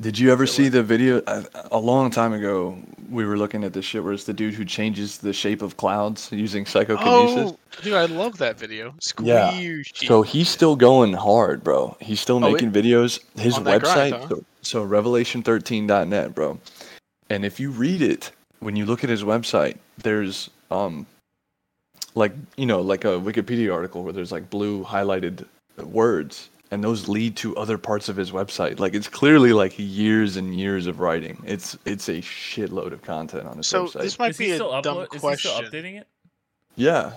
A: Did you ever
C: Really?
A: see the video? A, a long time ago, we were looking at this shit where it's the dude who changes the shape of clouds using psychokinesis.
C: Oh, dude, I love that video.
A: Yeah.
C: Squishy.
A: So he's still going hard, bro. He's still
C: Oh, it-
A: making videos. His
C: on that
A: website,
C: grind, huh?
A: so, so revelation13.net, bro. And if you read it, when you look at his website, there's um, like you know, like a Wikipedia article where there's like blue highlighted words, and those lead to other parts of his website. Like it's clearly like years and years of writing. It's it's a shitload of content on his
C: So
A: website.
C: this might
B: is
C: be
B: he
C: a
B: still
C: dumb
B: upload? Is he still
C: question.
B: updating it?
A: yeah,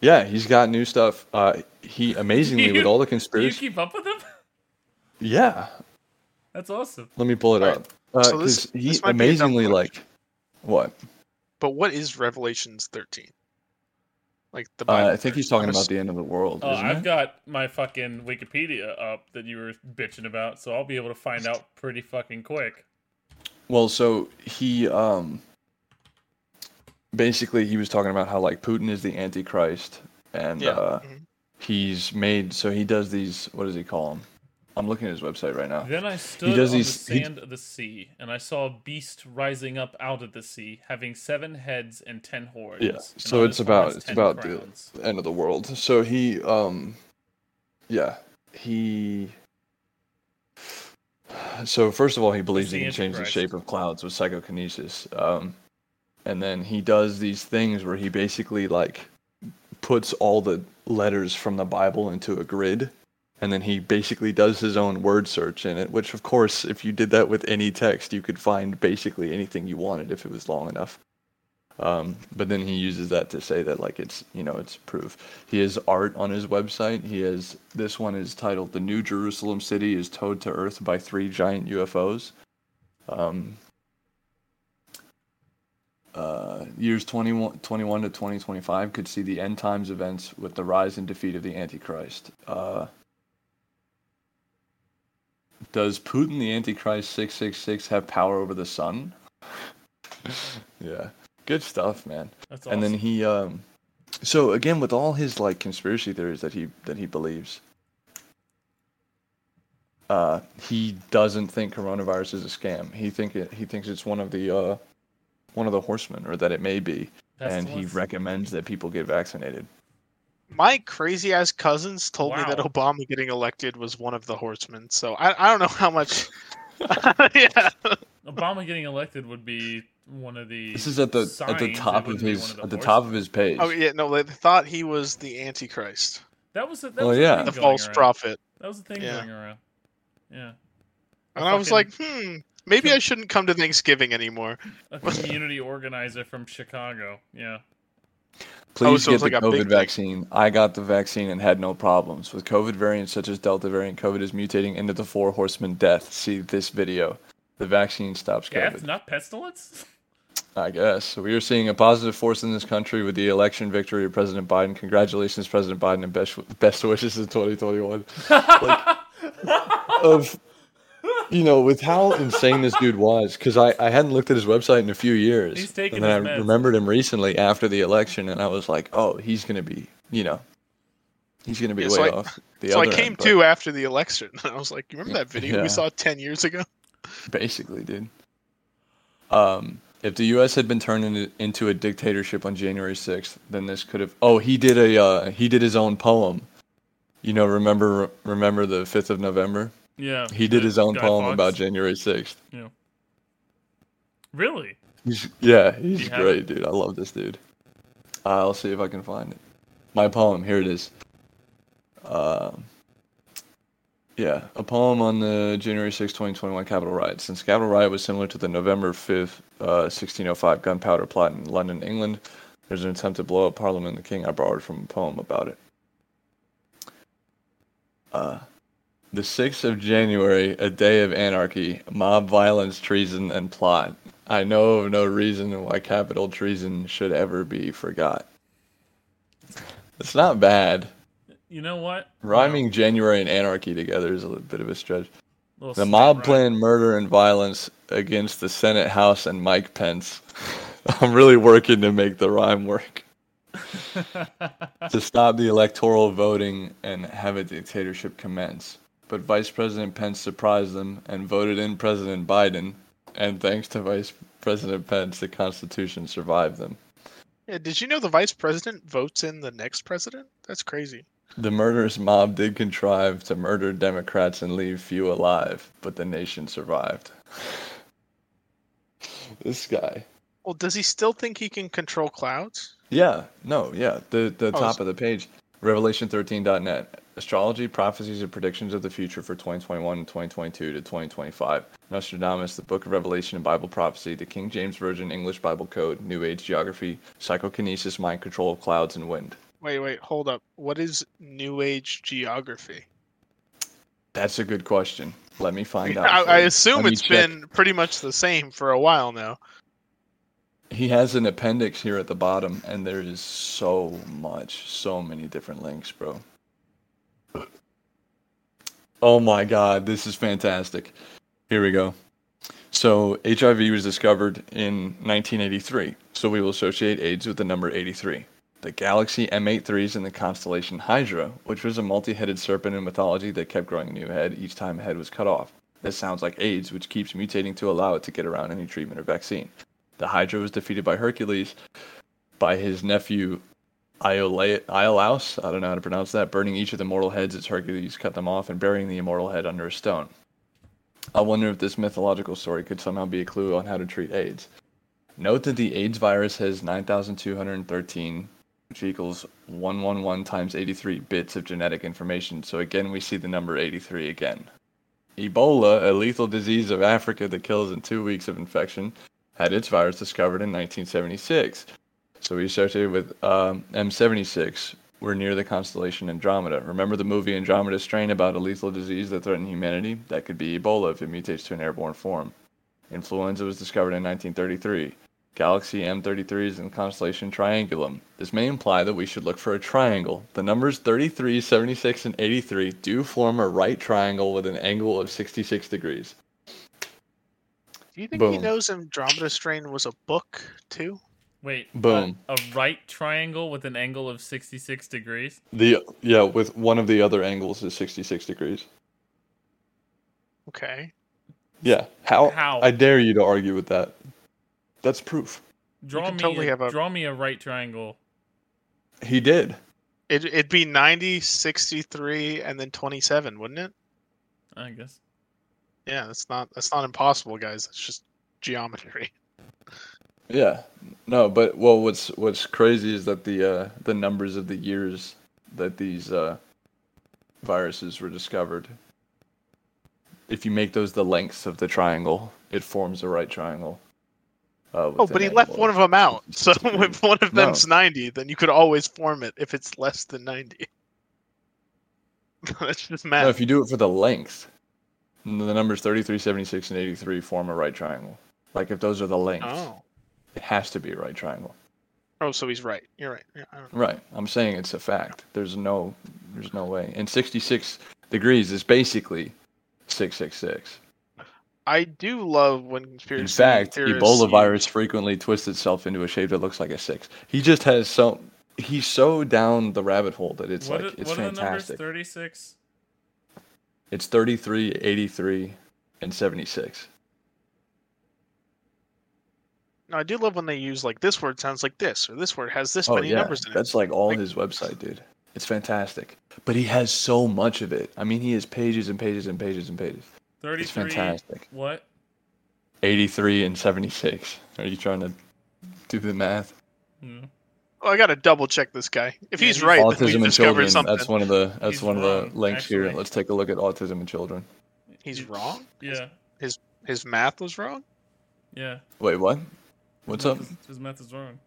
A: yeah, he's got new stuff. Uh, he amazingly
C: <laughs>
A: with
B: You-
A: all the
B: Do you
A: conspiracy.
B: keep up with him? <laughs>
A: Yeah,
B: That's awesome.
A: Let me pull it
C: Alright,
A: up. Uh,
C: so this-
A: 'cause he
C: this might be a dumb
A: amazingly
C: question.
A: like what?
C: But what is Revelations 13? Like the
A: Uh,
C: Bible
A: I think
C: verse.
A: he's talking
C: I'm
A: about
C: ass-
A: the end of the world,
B: Oh,
A: isn't
B: I've
A: it?
B: got my fucking Wikipedia up that you were bitching about, so I'll be able to find out pretty fucking quick.
A: Well, so he um basically he was talking about how like Putin is the antichrist and
C: Yeah.
A: uh
C: mhm.
A: he's made so he does these what does he call them? I'm looking at his website right now.
B: Then I stood
A: does
B: on
A: these-
B: the
A: he-
B: sand of the sea, and I saw a beast rising up out of the sea, having seven heads and ten horns.
A: Yeah,
B: and
A: so
B: on
A: it's
B: his
A: about-
B: horns
A: it's
B: ten
A: about the-
B: crowns.
A: End of the world. So he um yeah, he So first of all, he believes
B: the
A: he can change the
B: Antichrist.
A: shape of clouds with psychokinesis, um, and then he does these things where he basically like puts all the letters from the Bible into a grid, and then he basically does his own word search in it. Which, of course, if you did that with any text, you could find basically anything you wanted if it was long enough. Um, but then he uses that to say that like it's you know it's proof. He has art on his website. He has this one is titled "The New Jerusalem City is towed to Earth by three giant UFOs." Um, uh, years 21, 21 to 2025 could see the end times events with the rise and defeat of the Antichrist. Uh, does Putin, the Antichrist 666, have power over the sun? <laughs> yeah, good stuff, man.
B: That's
A: And then
B: awesome.
A: he, um, so again, with all his like conspiracy theories that he that he believes, uh, he doesn't think coronavirus is a scam. He think it, he thinks it's one of the uh, one of the horsemen, or that it may be, and he
B: Pestilence.
A: recommends that people get vaccinated.
C: My crazy ass cousins told me that
B: Wow.
C: Obama getting elected was one of the horsemen. So I, I don't know
B: <laughs>
C: how much. <laughs> yeah.
B: Obama getting elected would be one of the.
A: This is at the at
B: signs,
A: the
B: it
A: top of
B: wouldn't be
A: his
B: one
A: at the top of his page.
C: Oh yeah. No, they thought he was the Antichrist,
B: horsemen. That was the, that
A: Well,
B: was the
A: yeah.
B: thing
C: the
B: going
C: false
B: around.
C: prophet.
B: That was the thing
C: Yeah.
B: going around. Yeah.
C: And I was like,
B: fucking-
C: hmm, maybe I shouldn't come to Thanksgiving anymore.
B: a community organizer from Chicago. Yeah.
A: Please
C: Oh, so
A: get
C: it's
A: the
C: like a big
A: COVID
C: thing.
A: vaccine. I got the vaccine and had no problems. With COVID variants such as Delta variant, COVID is mutating into the four horsemen death. See this video. The vaccine stops
B: Death,
A: COVID.
B: not pestilence? <laughs>
A: I guess. So we are seeing a positive force in this country with the election victory of President Biden. Congratulations, President Biden, and best best wishes in 2021.
C: <laughs>
A: of you know, with how insane this dude was, because I, I hadn't looked at his website in a few years.
B: He's taking
A: and then
B: his
A: I
B: meds.
A: remembered him recently after the election, and I was like, oh, he's gonna be, you know, he's gonna be
C: Yeah,
A: way
C: so I-
A: off. The
C: so I
A: other
C: came
A: end, but
C: to after the election. <laughs> I was like,
A: <laughs>
C: you remember that video
A: Yeah.
C: we saw ten years ago?
A: <laughs> basically, dude. Um, if the U.S. had been turned into, into a dictatorship on January 6th, then this could have. Oh, he did a uh, he did his own poem. You know, remember remember the 5th of November.
B: yeah.
A: He did
B: the
A: his own
B: Guy
A: poem
B: Fawkes.
A: about January 6th.
B: Yeah. Really?
A: He's, yeah, he's
B: you have
A: great, dude. I love this dude. I'll see if I can find it. My poem, here it is. Um, yeah, a poem on the January 6, 2021 Capitol riot. Since Capitol riot was similar to the November 5th, uh, 1605 gunpowder plot in London, England, there's an attempt to blow up Parliament and the King. I borrowed from a poem about it. Uh, the 6th of January, a day of anarchy, mob violence, treason, and plot. I know of no reason why capital treason should ever be forgot. It's not bad.
B: You know what?
A: Rhyming January and anarchy together is a li- bit of a stretch.
B: Little
A: The
B: street
A: mob
B: riot.
A: planned murder and violence against the Senate House and Mike Pence. <laughs> I'm really working to make the rhyme work. to stop the electoral voting and have a dictatorship commence. But Vice President Pence surprised them and voted in President Biden, and thanks to Vice President Pence, the Constitution survived them.
C: Yeah, did you know the vice president votes in the next president? That's crazy.
A: The murderous mob did contrive to murder Democrats and leave few alive, but the nation survived. <laughs> this guy.
C: Well, does he still think he can control clouds?
A: Yeah, no, yeah. The the
C: Oh,
A: top
C: so-
A: of the page, revelation13.net. Astrology, prophecies, and predictions of the future for 2021 and 2022 to 2025. Nostradamus, the Book of Revelation and Bible Prophecy, the King James Version, English Bible Code, New Age Geography, Psychokinesis, Mind Control of Clouds and Wind.
C: Wait, wait, hold up. What is New Age geography?
A: That's a good question. Let me find out.
C: I,
A: for
C: I
A: you. Let
C: assume
A: me
C: it's
A: check.
C: been pretty much the same for a while now.
A: He has an appendix here at the bottom, and there is so much, so many different links, bro. Oh my god, this is fantastic. Here we go. So, HIV was discovered in 1983, so we will associate AIDS with the number 83. The galaxy M83 is in the constellation Hydra, which was a multi headed serpent in mythology that kept growing a new head each time a head was cut off. This sounds like AIDS, which keeps mutating to allow it to get around any treatment or vaccine. The Hydra was defeated by Hercules, by his nephew Iolai- Iolaus, I don't know how to pronounce that, burning each of the mortal heads as Hercules cut them off and burying the immortal head under a stone. I wonder if this mythological story could somehow be a clue on how to treat AIDS. Note that the AIDS virus has 9,213, which equals 111 times 83 bits of genetic information, so again we see the number 83 again. Ebola, a lethal disease of Africa that kills in two weeks of infection, had its virus discovered in 1976. So we associated with um, M76. We're near the constellation Andromeda. Remember the movie Andromeda Strain about a lethal disease that threatened humanity? That could be Ebola if it mutates to an airborne form. Influenza was discovered in 1933. Galaxy M33 is in the constellation Triangulum. This may imply that we should look for a triangle. The numbers 33, 76, and 83 do form a right triangle with an angle of 66 degrees.
C: Do you think he
A: Boom.
C: knows Andromeda Strain was a book too?
B: <laughs> Wait.
A: Boom.
B: A, a right triangle with an angle of 66 degrees.
A: The yeah, with one of the other angles is 66 degrees.
C: Okay.
A: Yeah. How?
B: How?
A: I dare you to argue with that. That's proof.
B: Draw
C: could
B: me.
C: totally
B: a,
C: have a-
B: Draw me a right triangle.
A: He did.
C: It, it'd be 90, 63, and then 27, wouldn't it?
B: I guess.
C: Yeah, that's not that's not impossible, guys. It's just geometry.
A: Yeah. No, but well, what's what's crazy is that the uh, the numbers of the years that these uh, viruses were discovered. If you make those the lengths of the triangle, it forms a right triangle. Uh,
C: Oh, but he left one of them out. <laughs> So if one of
A: No.
C: them's 90, then you could always form it if it's less than 90. <laughs> that's
B: <laughs>
C: just math.
A: No, if you do it for the length, n- the numbers 33, 76, and 83 form a right triangle. Like if those are the lengths,
C: oh.
A: it has to be a right triangle.
C: Oh, so he's right. You're right. Yeah, I don't know.
A: Right. I'm saying it's a fact. There's no there's no way. And 66 degrees is basically 666.
C: I do love when conspiracy
A: In fact,
C: theorists
A: Ebola
C: use-
A: virus frequently twists itself into a shape that looks like a 6. He just has so he's so down the rabbit hole that it's
B: what
A: like
B: are,
A: it's
B: what are the numbers?
A: fantastic.
B: 36.
A: it's 33, 83 and 76.
C: No, I do love when they use like this word sounds like this, or this word has this
A: Oh
C: many
A: yeah.
C: numbers in it.
A: That's like all
C: Like-
A: his website, dude. It's fantastic. But he has so much of it. I mean, he has pages and pages and pages and pages. It's
B: 33.
A: fantastic.
B: What?
A: 83 and 76. Are you trying to do the math?
B: Hmm.
C: Well, Oh, I gotta double check this guy. If
B: Yeah,
C: he's
B: he's-
C: right, then we've
A: autism in
C: discovered
A: children.
C: something.
A: That's one of the that's
B: He's
A: one of
B: wrong,
A: the links here.
B: actually.
A: Let's take a look at autism in children.
C: He's wrong.
B: Yeah.
C: His math was wrong.
B: Yeah.
A: Wait, what? What's
B: His
A: up?
B: math is- His math is wrong.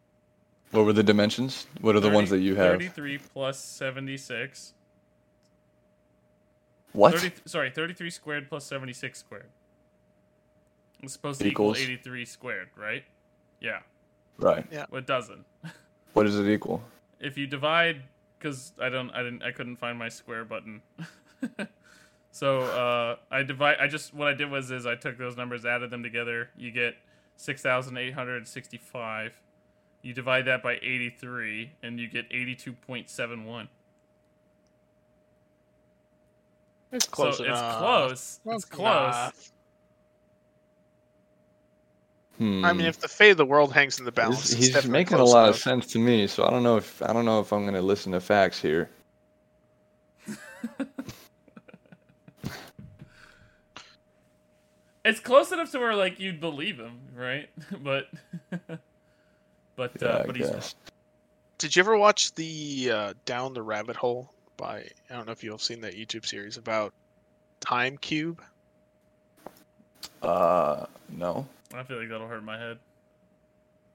A: What were the dimensions? What are the ones
B: 30
A: that you have?
B: 33 plus 76.
A: What?
B: 30, sorry, 33 squared plus 76 squared. It's supposed to
A: Equals?
B: equal 83 squared, right? Yeah.
A: Right.
B: Well, it doesn't.
A: What does it equal?
B: If you divide, because I don't, I didn't, I couldn't find my square button. <laughs> so uh, I divide. I just what I did was is I took those numbers, added them together. You get 6,865. You divide that by 83, and you get 82.71.
C: It's
B: so it's close. It's close.
A: Hmm.
C: I mean, if the fate of the world hangs in the balance,
A: he's,
C: it's
A: he's
C: definitely
A: making a
C: close
A: lot
C: enough.
A: of sense to me, so I don't know if I don't know if I'm going to listen to facts here.
B: It's close enough to where like you'd believe him, right? <laughs> but but
A: Yeah,
B: uh,
A: I
B: but he's
A: guess.
C: Did you ever watch the uh, Down the Rabbit Hole by? I don't know if you've seen that YouTube series about Time Cube.
A: Uh, no.
B: I feel like that'll hurt my head.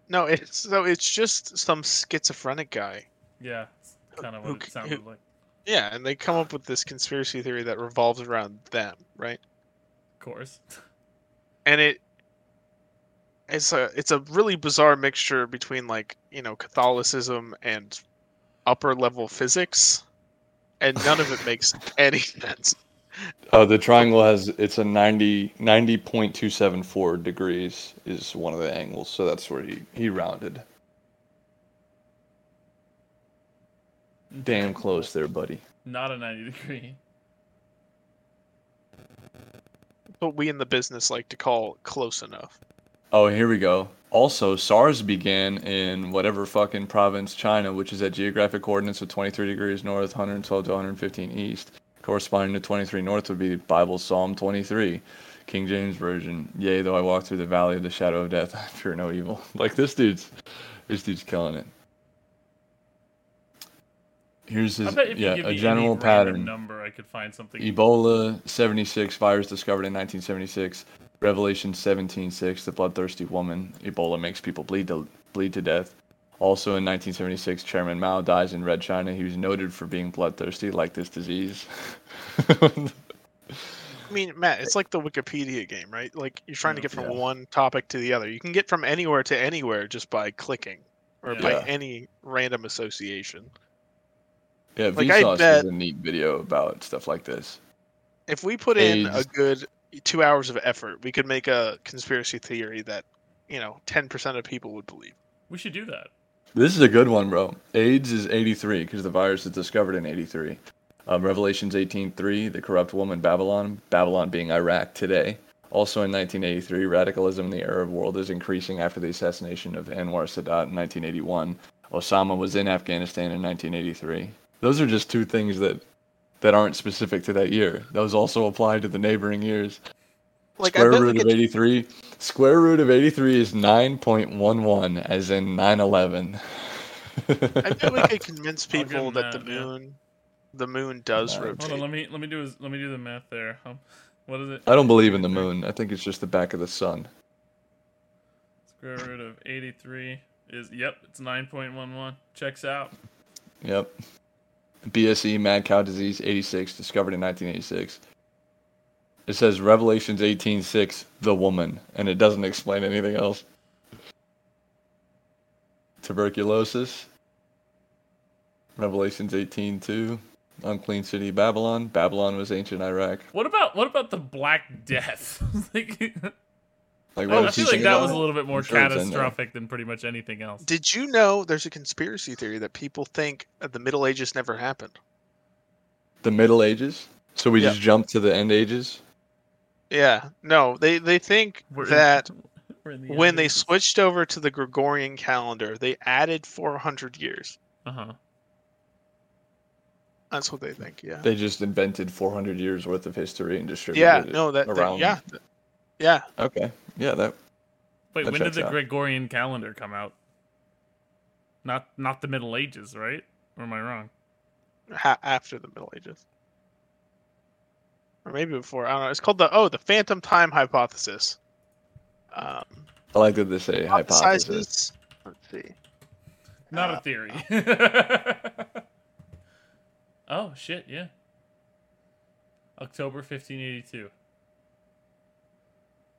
C: No, <laughs> it's so it's just some schizophrenic guy.
B: Yeah, it's kind of
C: Who
B: what
C: c-
B: it sounded like.
C: Yeah, and they come up with this conspiracy theory that revolves around them, right?
B: Of course. <laughs>
C: and it it's a it's a really bizarre mixture between like you know Catholicism and upper level physics, and none of it makes any sense.
A: Uh, the triangle has it's a 90 90.274 degrees is one of the angles, so that's where he he rounded. Damn close there, buddy.
B: Not a 90 degree.
C: But we in the business like to call close enough.
A: Oh, here we go. Also, SARS began in whatever fucking province, China, which is at geographic coordinates of 23 degrees north, 112 to 115 east. Corresponding to 23 north would be Bible Psalm 23, King James Version. Yea, though I walk through the valley of the shadow of death, <laughs> I fear no evil. Like this dude's, this dude's killing it. Here's
B: I
A: his,
B: bet if
A: yeah,
B: you give me
A: a
B: any
A: general
B: random
A: pattern.
B: number, I could find something.
A: Ebola 76 virus discovered in 1976. Revelation 17:6, the bloodthirsty woman. Ebola makes people bleed to bleed to death. Also in 1976, Chairman Mao dies in Red China. He was noted for being bloodthirsty, like this disease.
C: I mean, Matt, it's like the Wikipedia game, right? Like you're trying to get from
A: Yeah.
C: one topic to the other. You can get from anywhere to anywhere just by clicking or by
A: Yeah.
C: any random association.
A: <laughs> Yeah,
C: Like, I
A: Vsauce
C: bet-
A: is a neat video about stuff like this.
C: If we put in a
A: Aged.
C: good two hours of effort, we could make a conspiracy theory that, you know, 10% of people would believe.
B: We should do that.
A: This is a good one, bro. AIDS is 83 because the virus is discovered in 83. Um, Revelations 18:3, the corrupt woman Babylon, Babylon being Iraq today. Also in 1983, radicalism in the Arab world is increasing after the assassination of Anwar Sadat in 1981. Osama was in Afghanistan in 1983. Those are just two things that that aren't specific to that year. Those also apply to the neighboring years.
C: Like I
A: square
C: bet we
A: root of
C: could,
A: 83. Square root of 83 is 9.11, as in 9/11.
C: I bet we could convince
B: I'll give
C: people
B: them
C: that, the
B: that, yeah.
C: moon the moon does
A: Hold on,
B: Hold
C: rotate.
B: on, let me let me do his, let me do the math there. Um, what is it?
A: <laughs> I don't believe in the moon. I think it's just the back of the sun.
B: Square root of 83 is yep, it's 9.11. Checks out.
A: Yep. BSE, mad cow disease, 86, discovered in 1986. It says Revelations 18:6, the woman, and it doesn't explain anything else. Tuberculosis. Revelations 18:2, unclean city Babylon. Babylon was ancient Iraq.
B: What about what about the Black Death? <laughs> like,
A: Like
B: Oh, I
A: does he
B: feel like
A: think
B: that
A: about
B: was
A: it?
B: a little bit more
A: I'm sure it's in there.
B: catastrophic than pretty much anything else.
C: Did you know there's a conspiracy theory that people think that the Middle Ages never happened?
A: The Middle Ages. So we
C: Yeah.
A: just jump to the End Ages.
C: Yeah. No, they they think
B: We're in-
C: that
B: we're in the
C: when they
B: end.
C: switched over to the Gregorian calendar, they added 400 years.
B: uh-huh.
C: That's what they think. Yeah.
A: They just invented 400 years worth of history and distributed
C: yeah.
A: it
C: No. That. that-
A: around.
C: yeah. th- Yeah.
A: Okay. Yeah, that
B: Wait,
A: That
B: when did
A: checks
B: the
A: out.
B: Gregorian calendar come out? Not not the Middle Ages, right? Or am I wrong?
C: Ha- after the Middle Ages. Or maybe before. I don't know. It's called the oh the phantom time hypothesis. Um,
A: I like that they say hypothesis.
C: hypothesizes- Let's see.
B: Not
C: Uh,
B: a theory.
A: uh.
B: <laughs> oh shit, yeah. October 1582.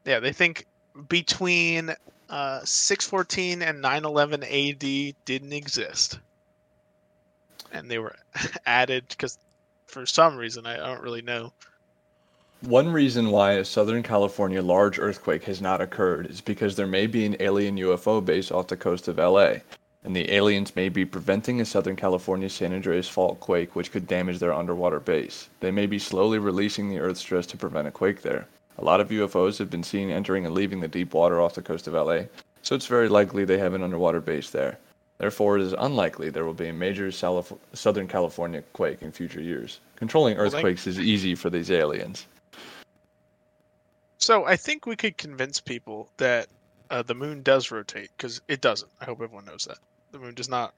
C: Yeah, they think between uh, 614 and 911 AD didn't exist. And they were <laughs> added because for some reason, I, I don't really know.
A: One reason why a Southern California large earthquake has not occurred is because there may be an alien UFO base off the coast of LA, and the aliens may be preventing a Southern California San Andreas fault quake, which could damage their underwater base. They may be slowly releasing the Earth's stress to prevent a quake there. A lot of UFOs have been seen entering and leaving the deep water off the coast of LA, so it's very likely they have an underwater base there. Therefore, it is unlikely there will be a major Salif- Southern California quake in future years. Controlling
C: Well, they-
A: earthquakes is easy for these aliens.
C: So I think we could convince people that uh, the moon does rotate because it doesn't. I hope everyone knows that. The moon does not,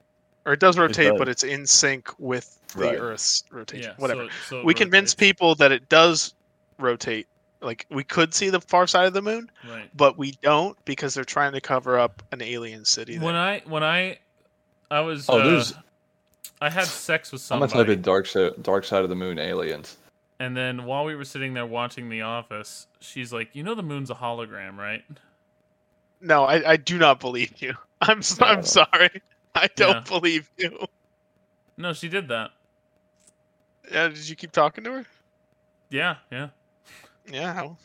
C: or it does rotate, but it's in sync with the
A: Right.
C: Earth's rotation.
B: Yeah,
C: Whatever.
B: So, so it
C: we convince
B: rotates.
C: people that it does rotate. Like, we could see the far side of the moon,
B: Right.
C: but we don't because they're trying to cover up an alien city.
B: When
C: there.
B: I when I I was
A: Oh,
B: uh,
A: there's-
B: I had sex with
A: I'm gonna type
B: somebody,
A: in dark side, dark side of the moon aliens.
B: and then while we were sitting there watching The Office, she's like, "You know, the moon's a hologram, right?"
C: No, I, I do not believe you. <laughs> I'm s-
A: No.
C: I'm sorry. I don't
B: Oh. Yeah.
C: believe you.
B: No, she did that.
C: Yeah, did you keep talking to her?
B: Yeah, yeah.
C: Yeah. How,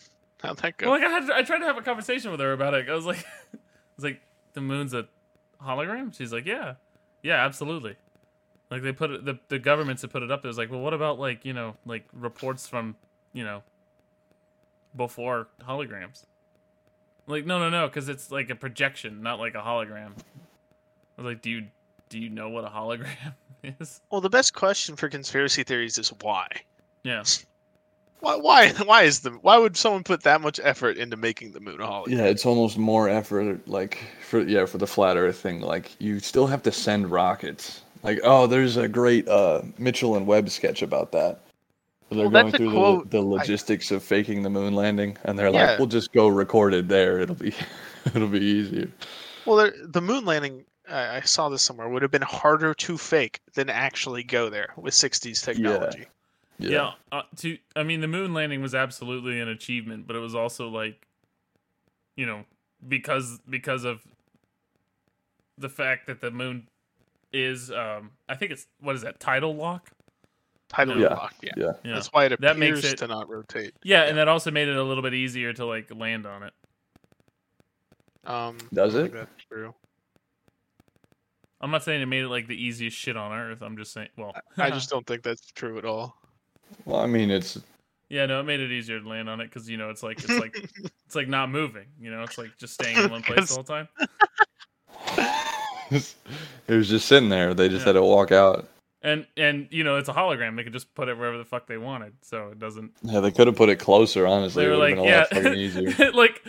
C: how'd that go?
B: Well, like I had, I tried to have a conversation with her about it. I was like, <laughs> I was like, the moon's a hologram. She's like, yeah, yeah, absolutely. Like they put it, the the governments that put it up. It was like, well, what about like you know like reports from you know before holograms? Like no no no, because it's like a projection, not like a hologram. I was like, do you do you know what a hologram <laughs> is?
C: Well, the best question for conspiracy theories is why.
B: Yeah,
C: Why? Why? <laughs> Why is the? Why would someone put that much effort into making the moon a hologram?
A: Yeah, it's almost more effort, like for yeah, for the flat Earth thing. Like you still have to send rockets. Like oh, there's a great uh, Mitchell and Webb sketch about that. They're
C: Well, that's
A: going
C: a
A: through
C: quote
A: the, the logistics of faking the moon landing, and they're
C: Yeah.
A: like, "We'll just go record it there. It'll be, <laughs> it'll be easier."
C: Well, there, the moon landing. I I saw this somewhere. Would have been harder to fake than actually go there with 60s technology.
B: Yeah. uh, to I mean, the moon landing was absolutely an achievement, but it was also like, you know, because because of the fact that the moon is, um, I think it's what is that tidal lock?
C: Tidal
A: Yeah.
C: lock. Yeah.
A: Yeah.
B: Yeah,
C: That's why it appears
B: That makes it-
C: to not rotate.
B: yeah, and that also made it a little bit easier to like land on it.
C: Um,
A: Does
C: I think
A: it?
C: That's
B: <laughs>
C: true.
B: I'm not saying it made it like the easiest shit on earth. I'm just saying, well,
C: I just don't think that's true at all.
A: Well, I mean, it's
B: <laughs>
A: <laughs>
B: yeah, no, it made it easier to land on it because you know it's like it's
C: <laughs>
B: like it's like not moving. You know, it's like just staying in one place the whole time.
A: it was just sitting there. They just
B: Yeah.
A: had to walk out.
B: And and you know it's a hologram. They could just put it wherever the fuck they wanted, so it doesn't.
A: Yeah, they could have put it closer. Honestly,
B: they
A: it
B: were
A: would
B: like,
A: have been a
B: yeah,
A: lot fucking easier.
B: <laughs> like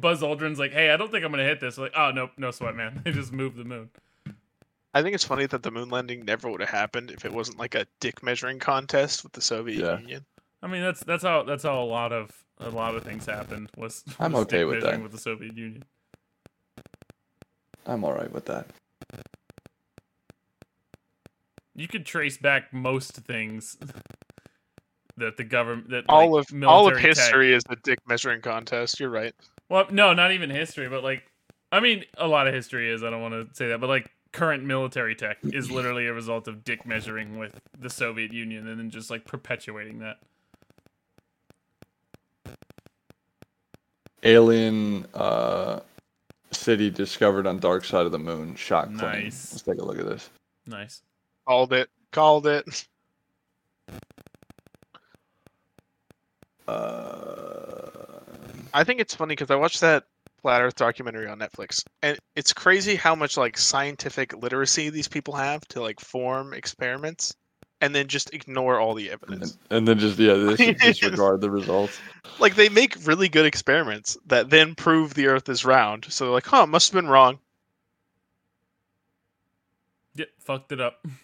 B: <laughs> Buzz Aldrin's like, hey, I don't think I'm gonna hit this. Like, oh no, no sweat, man. <laughs> They just moved the moon.
C: I think it's funny that the moon landing never would have happened if it wasn't like a dick measuring contest with the Soviet
A: Yeah.
C: Union.
B: I mean, that's that's how that's how a lot of a lot of things happened. Was, was
A: I'm okay
B: dick
A: with
B: measuring
A: that.
B: with the Soviet Union.
A: I'm all right with that.
B: You could trace back most things that the government that
C: All
B: like,
C: of all of
B: military tech-
C: history is a dick measuring contest. You're right.
B: Well, no, not even history, but like, I mean, a lot of history is. I don't want to say that, but like, current military tech is literally a result of dick measuring with the Soviet Union and then just like perpetuating that.
A: Alien uh, city discovered on dark side of the moon. Shot claim.
B: Nice.
A: Let's take a look at this.
B: Nice.
C: Called it. Called it.
A: Uh,
C: I think it's funny because I watched that Flat Earth documentary on Netflix, and it's crazy how much like scientific literacy these people have to like form experiments, and then just ignore all the
A: and,
C: evidence.
A: and then just yeah, this, disregard the results.
C: Like they make really good experiments that then prove the Earth is round. So they're like, "Huh, must have been wrong."
B: Yeah, fucked it up. <laughs>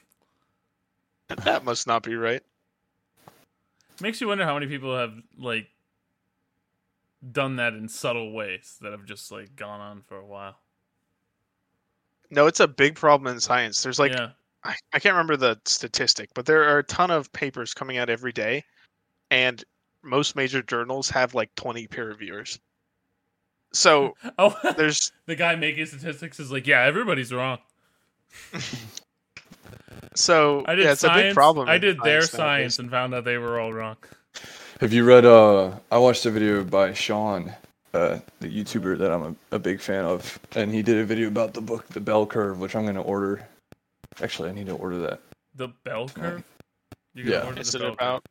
C: That must not be right.
B: Makes you wonder how many people have like done that in subtle ways that have just like gone on for a while.
C: No, it's a big problem in science. There's like
B: yeah,
C: I, I can't remember the statistic, but there are a ton of papers coming out every day, and most major journals have like 20 peer
A: Hmm.
C: reviewers. So
B: <laughs> oh,
C: there's
B: the guy making statistics is like, yeah, everybody's wrong.
C: so
B: I did
C: yeah, it's
B: science.
C: a big problem.
B: I
C: in
B: did their
C: nowadays.
B: science and found out they were all wrong.
A: Have you read? Uh, I watched a video by Sean, uh, the YouTuber that I'm a, a big fan of, and he did a video about the book The Bell Curve, which I'm gonna order. Actually, I need to order that.
B: The bell curve. You
A: Yeah.
B: order
C: Is
B: the
C: it
B: bell curve.
C: about?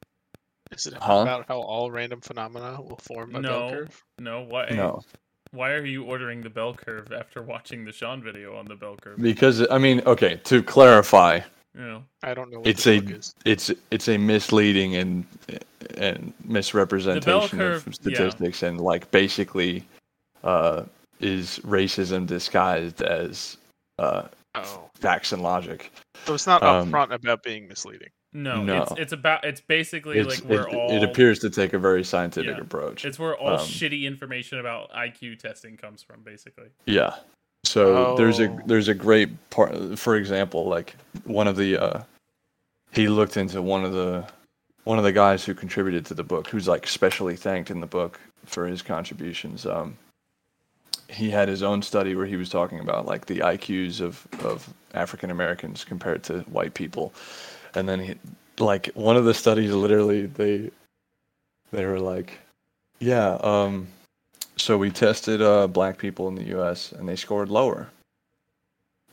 C: Is it
A: Huh?
C: about how all random phenomena will form a
B: No.
C: bell curve?
B: No, why?
A: No,
B: Why are you ordering the bell curve after watching the Sean video on the bell curve?
A: because I mean, okay. To clarify,
B: You know,
C: I don't know. What
A: it's
C: the
A: a
C: book is.
A: it's it's a misleading and and misrepresentation
B: curve, yeah.
A: of statistics and like basically uh, is racism disguised as uh,
C: Oh,
A: facts and logic.
C: so it's not
A: Um,
C: upfront about being misleading.
B: no,
A: No.
B: It's, it's about it's basically
A: It's,
B: like
A: it,
B: we're all
A: it appears to take a very scientific
B: Yeah.
A: approach.
B: it's where all
A: um,
B: shitty information about IQ testing comes from,
C: <laughs>
B: basically. <laughs>
A: Yeah. So there's a
C: Oh.
A: there's a great part. For example, like one of the uh, he looked into one of the one of the guys who contributed to the book, who's like specially thanked in the book for his contributions. Um, he had his own study where he was talking about like the IQs of of African Americans compared to white people, and then he like one of the studies literally they they were like, yeah, um, so we tested uh, black people in the U.S. and they scored lower,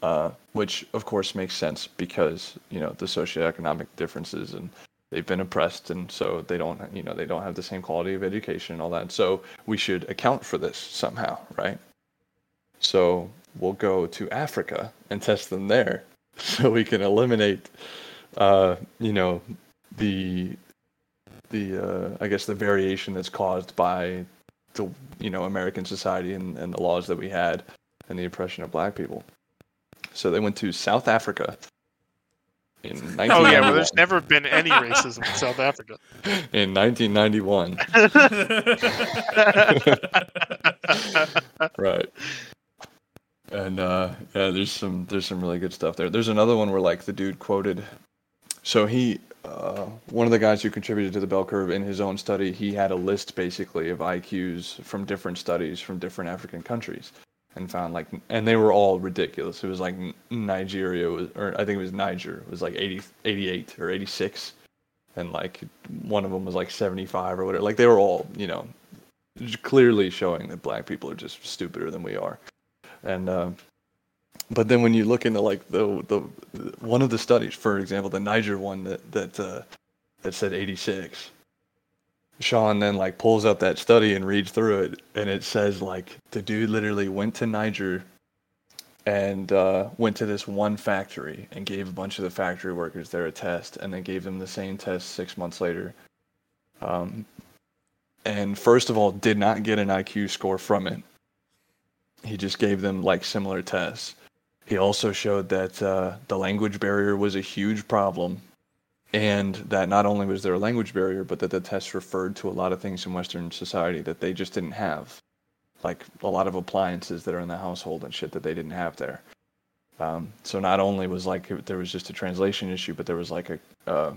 A: uh, which of course makes sense because you know the socioeconomic differences and they've been oppressed and so they don't you know they don't have the same quality of education and all that. So we should account for this somehow, right? So we'll go to Africa and test them there, <laughs> so we can eliminate, uh, you know, the the uh, I guess the variation that's caused by the you know American society and, and the laws that we had and the oppression of black people. So they went to South Africa in
C: Oh yeah,
A: 1991.
C: well, there's never been any racism in South Africa.
A: in 1991, right? And uh, yeah, there's some there's some really good stuff there. There's another one where like the dude quoted, so he uh, one of the guys who contributed to the bell curve in his own study, he had a list basically of IQs from different studies from different African countries, and found like, and they were all ridiculous. It was like N- Nigeria was, or I think it was Niger was like 80, 88 or eighty six, and like one of them was like seventy five or whatever. Like they were all, you know, clearly showing that black people are just stupider than we are, and. Uh, but then when you look into like the, the the- one of the studies, for example, the Niger one that that uh, that said 86. Sean then like pulls up that study and reads through it, and it says like the dude literally went to Niger and uh, went to this one factory and gave a bunch of the factory workers there a test, and then gave them the same test six months later. Um, and first of all, did not get an IQ score from it. He just gave them like similar tests. He also showed that uh, the language barrier was a huge problem, and that not only was there a language barrier, but that the test referred to a lot of things in Western society that they just didn't have, like a lot of appliances that are in the household and shit that they didn't have there. Um, so not only was like it- there was just a translation issue, but there was like a uh,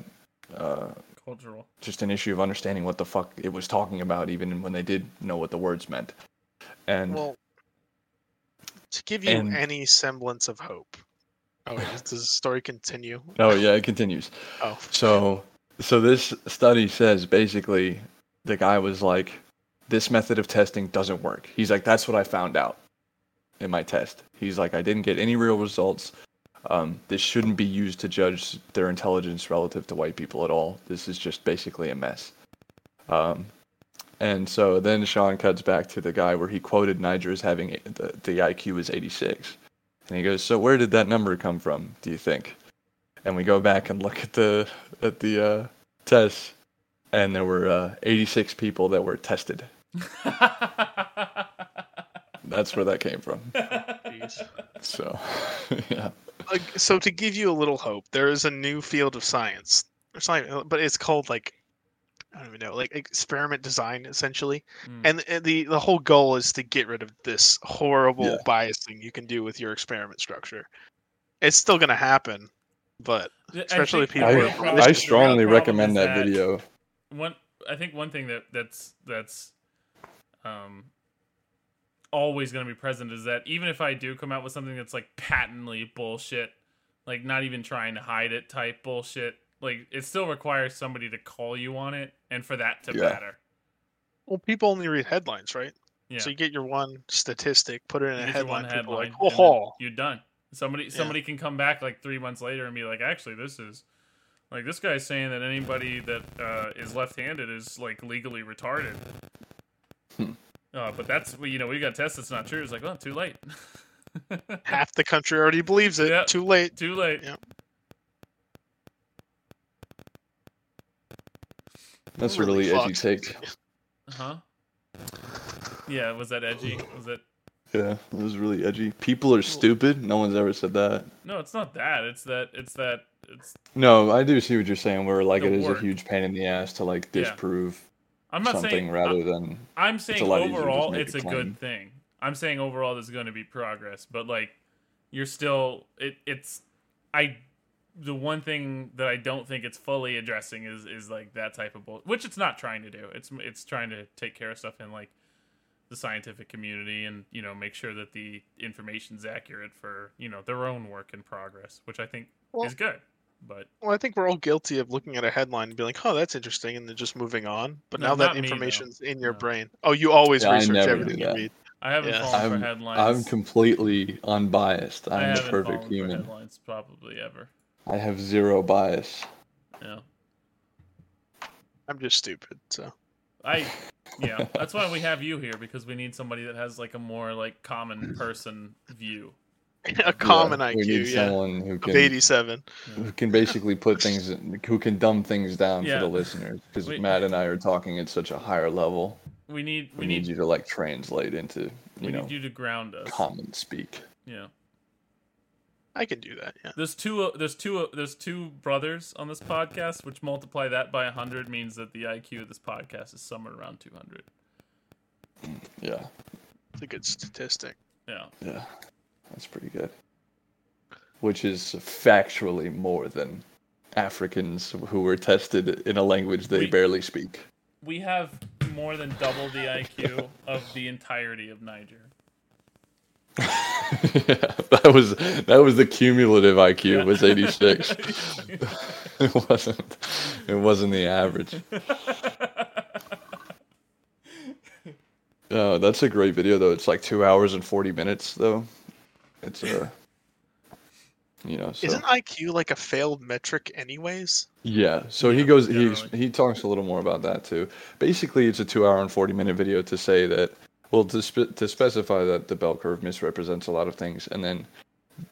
A: uh,
C: <laughs>
B: Cultural.
A: just an issue of understanding what the fuck it was talking about, even when they did know what the words meant. And
C: Well, to give you
A: and-
C: any semblance of hope. Oh, wait, does the story continue?
A: oh yeah, it continues.
C: Oh,
A: So, so this study says basically the guy was like, this method of testing doesn't work. He's like, that's what I found out in my test. He's like, I didn't get any real results. Um, this shouldn't be used to judge their intelligence relative to white people at all. This is just basically a mess. Um, and so then Sean cuts back to the guy where he quoted Niger as having the, the IQ is 86. And he goes, So where did that number come from, do you think? and we go back and look at the at the uh, tests, and there were uh, 86 people that were tested. That's where that came from.
C: jeez.
A: So, <laughs> yeah,
C: like, so to give you a little hope, there is a new field of science. It's not, even- but it's called like I don't even know, like experiment design essentially.
B: Mm.
A: Hmm.
C: And, and the the whole goal is to get rid of this horrible
A: Yeah.
C: bias thing you can do with your experiment structure. It's still going to happen, but
B: Yeah, I
C: especially
B: think
C: people
B: the
C: who
B: real
C: are
A: I,
B: problem-
A: I
C: religious.
B: the real
A: strongly
B: problem
A: recommend
B: is
A: that video.
B: One, I think one thing that that's that's um always going to be present is that even if I do come out with something that's like patently bullshit, like not even trying to hide it type bullshit, like it still requires somebody to call you on it, and for that to
A: Yeah.
B: matter,
C: well, people only read headlines, right?
B: yeah,
C: So you get your one statistic, put it in
B: You
C: a
B: get your one
C: headline, people are
B: headline,
C: like,
B: and then
C: "Whoa,
B: you're done. Somebody somebody can come back like three months later and be like, actually, this is like this guy's saying that anybody that uh, is left-handed is like legally retarded.
A: Hmm.
B: Uh, but that's well, you know we got tests that's not true. It's like well too late, <laughs>
C: "Oh, half the country already believes it.
B: Yeah.
C: Too late."
B: too late.
C: Yeah.
A: That's a
C: Really
A: really edgy
C: fucked.
A: take.
B: Huh? Yeah, was that edgy? Was that
A: Yeah, it was really edgy. People are stupid. No one's ever said that.
B: no? It's not that. It's that. It's that. It's
A: No, I do see what you're saying. Where like
B: The
A: it is
B: work.
A: a huge pain in the ass to like
B: Yeah.
A: disprove
B: I'm not
A: something
B: saying
A: rather than
B: I'm saying
A: lot easier to just
B: overall
A: make
B: it's
A: a
B: a good
A: claim.
B: thing. I'm saying overall there's going to be progress, but like you're still it it's I the one thing that I don't think it's fully addressing is is like that type of bull, which it's not trying to do. It's it's trying to take care of stuff in like the scientific community and you know make sure that the information's accurate for you know their own work in progress, which I think
C: Well-
B: is good. But
C: Well, I think we're all guilty of looking at a headline and being like, "Oh, that's interesting," and then just moving on. But
B: No,
C: now
B: not
C: that
B: me, though.
C: information's in your
B: No.
C: brain. Oh, you always
A: Yeah, I
C: research
A: never do
C: everything you
A: that.
C: read.
B: I haven't
C: Yeah.
B: fallen
A: I'm-
B: for headlines.
A: I'm completely unbiased.
B: I
A: I'm the
B: haven't
A: perfect
B: fallen for
A: human.
B: headlines probably ever.
A: I have zero bias.
B: Yeah.
C: I'm just stupid. So
A: <laughs>
C: <laughs>
B: I yeah, that's why we have you here because we need somebody that has like a more
A: <clears throat>
B: like common person view.
C: a common
A: Yeah, We need
C: IQ, yeah,
A: someone who
C: of
A: can,
C: 87.
A: who can basically put things, in- who can dumb things down
B: Yeah.
A: for the listeners. Because
B: We-
A: Matt and I are talking at such a higher level.
B: We need we,
A: We, need,
B: need,
A: you to like translate into, you
B: we
A: know,
B: need you to ground us.
A: common speak.
B: Yeah.
C: I can do that. Yeah.
B: There's two uh, there's two uh, there's two brothers on this podcast which multiply that by 100 means that the IQ of this podcast is somewhere around 200.
A: Yeah,
C: It's a good statistic.
B: Yeah.
A: yeah, that's pretty good. Which is factually more than Africans who were tested in a language they
B: We-
A: barely speak. <laughs>
B: We have more than double the IQ of the entirety of Niger. <laughs>
A: yeah, that was that was the cumulative IQ was
B: <laughs>
A: 86. <laughs> it wasn't it wasn't the average. Oh, that's a great video though. It's like 2 hours and 40 minutes though. It's uh you know, so
C: Isn't IQ like a failed metric, anyways?
A: yeah. So he
B: Yeah,
A: goes he ex-
B: generally.
A: he talks a little more about that too. Basically, it's a 2 hour and 40 minute video to say that well to spe- to specify that the bell curve misrepresents a lot of things and then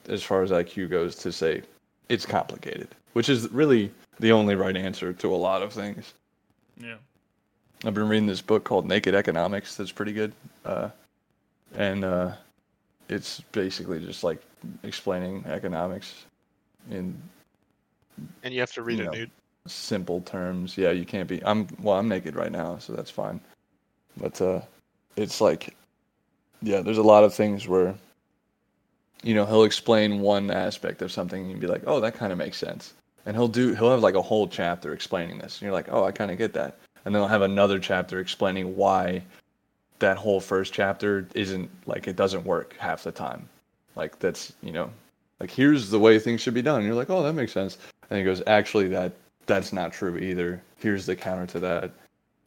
A: as far as IQ goes to say it's complicated, which is really the only right answer to a lot of things.
B: Yeah.
A: I've been reading this book called Naked Economics that's pretty good. Uh, and uh, it's basically just like explaining economics in
C: And you have to read
A: No.
C: it, dude.
A: simple terms. Yeah, you can't be. I'm well, I'm naked right now, so that's fine. But uh, it's like, yeah, there's a lot of things where, you know, he'll explain one aspect of something and you'd be like, oh, that kind of makes sense. And he'll do, he'll have like a whole chapter explaining this, and you're like, oh, I kind of get that. And then he'll have another chapter explaining why that whole first chapter isn't like it doesn't work half the time. Like that's you know, like here's the way things should be done. And you're like, oh, that makes sense. And he goes, actually, that that's not true either. Here's the counter to that.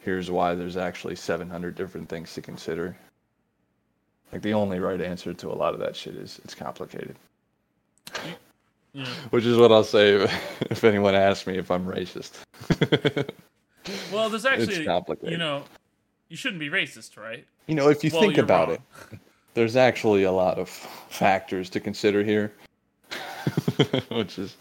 A: Here's why there's actually 700 different things to consider. Like the only right answer to a lot of that shit is it's complicated.
B: Yeah.
A: Which is what I'll say <laughs> if, if anyone asks me if I'm racist. <laughs>
B: Well, there's actually,
A: complicated.
B: you know, you shouldn't be racist, right?
A: you know, if you
B: Well,
A: think
B: you're
A: about
B: wrong.
A: it, there's actually a lot of factors to consider here. <laughs> Which is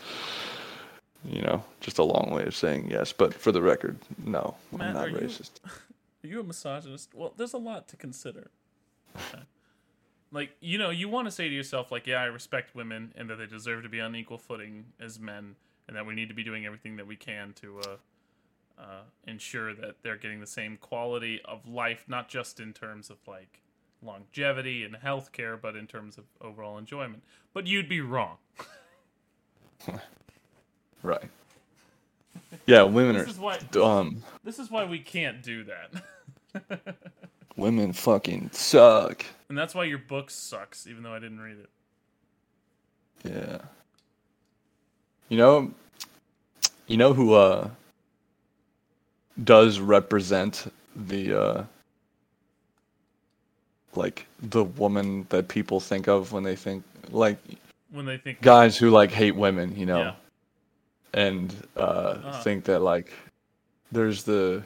A: you know, just a long way of saying yes, but for the record, no,
B: Matt,
A: I'm not
B: are you-
A: racist.
B: Are you a misogynist? Well, there's a lot to consider. Okay. like, you know, you want to say to yourself, like, yeah, I respect women and that they deserve to be on equal footing as men and that we need to be doing everything that we can to uh, uh, ensure that they're getting the same quality of life, not just in terms of, like, longevity and healthcare, but in terms of overall enjoyment. But you'd be wrong.
A: Right. Yeah, women
B: This is
A: are
B: why,
A: dumb.
B: this is why we can't do that. <laughs>
A: Women fucking suck.
B: and that's why your book sucks, even though I didn't read it.
A: Yeah. You know, you know who uh does represent the uh like the woman that people think of when they think like
B: When they think,
A: guys who like hate women, you know,
B: Yeah.
A: and uh,
B: Uh-huh.
A: think that like there's the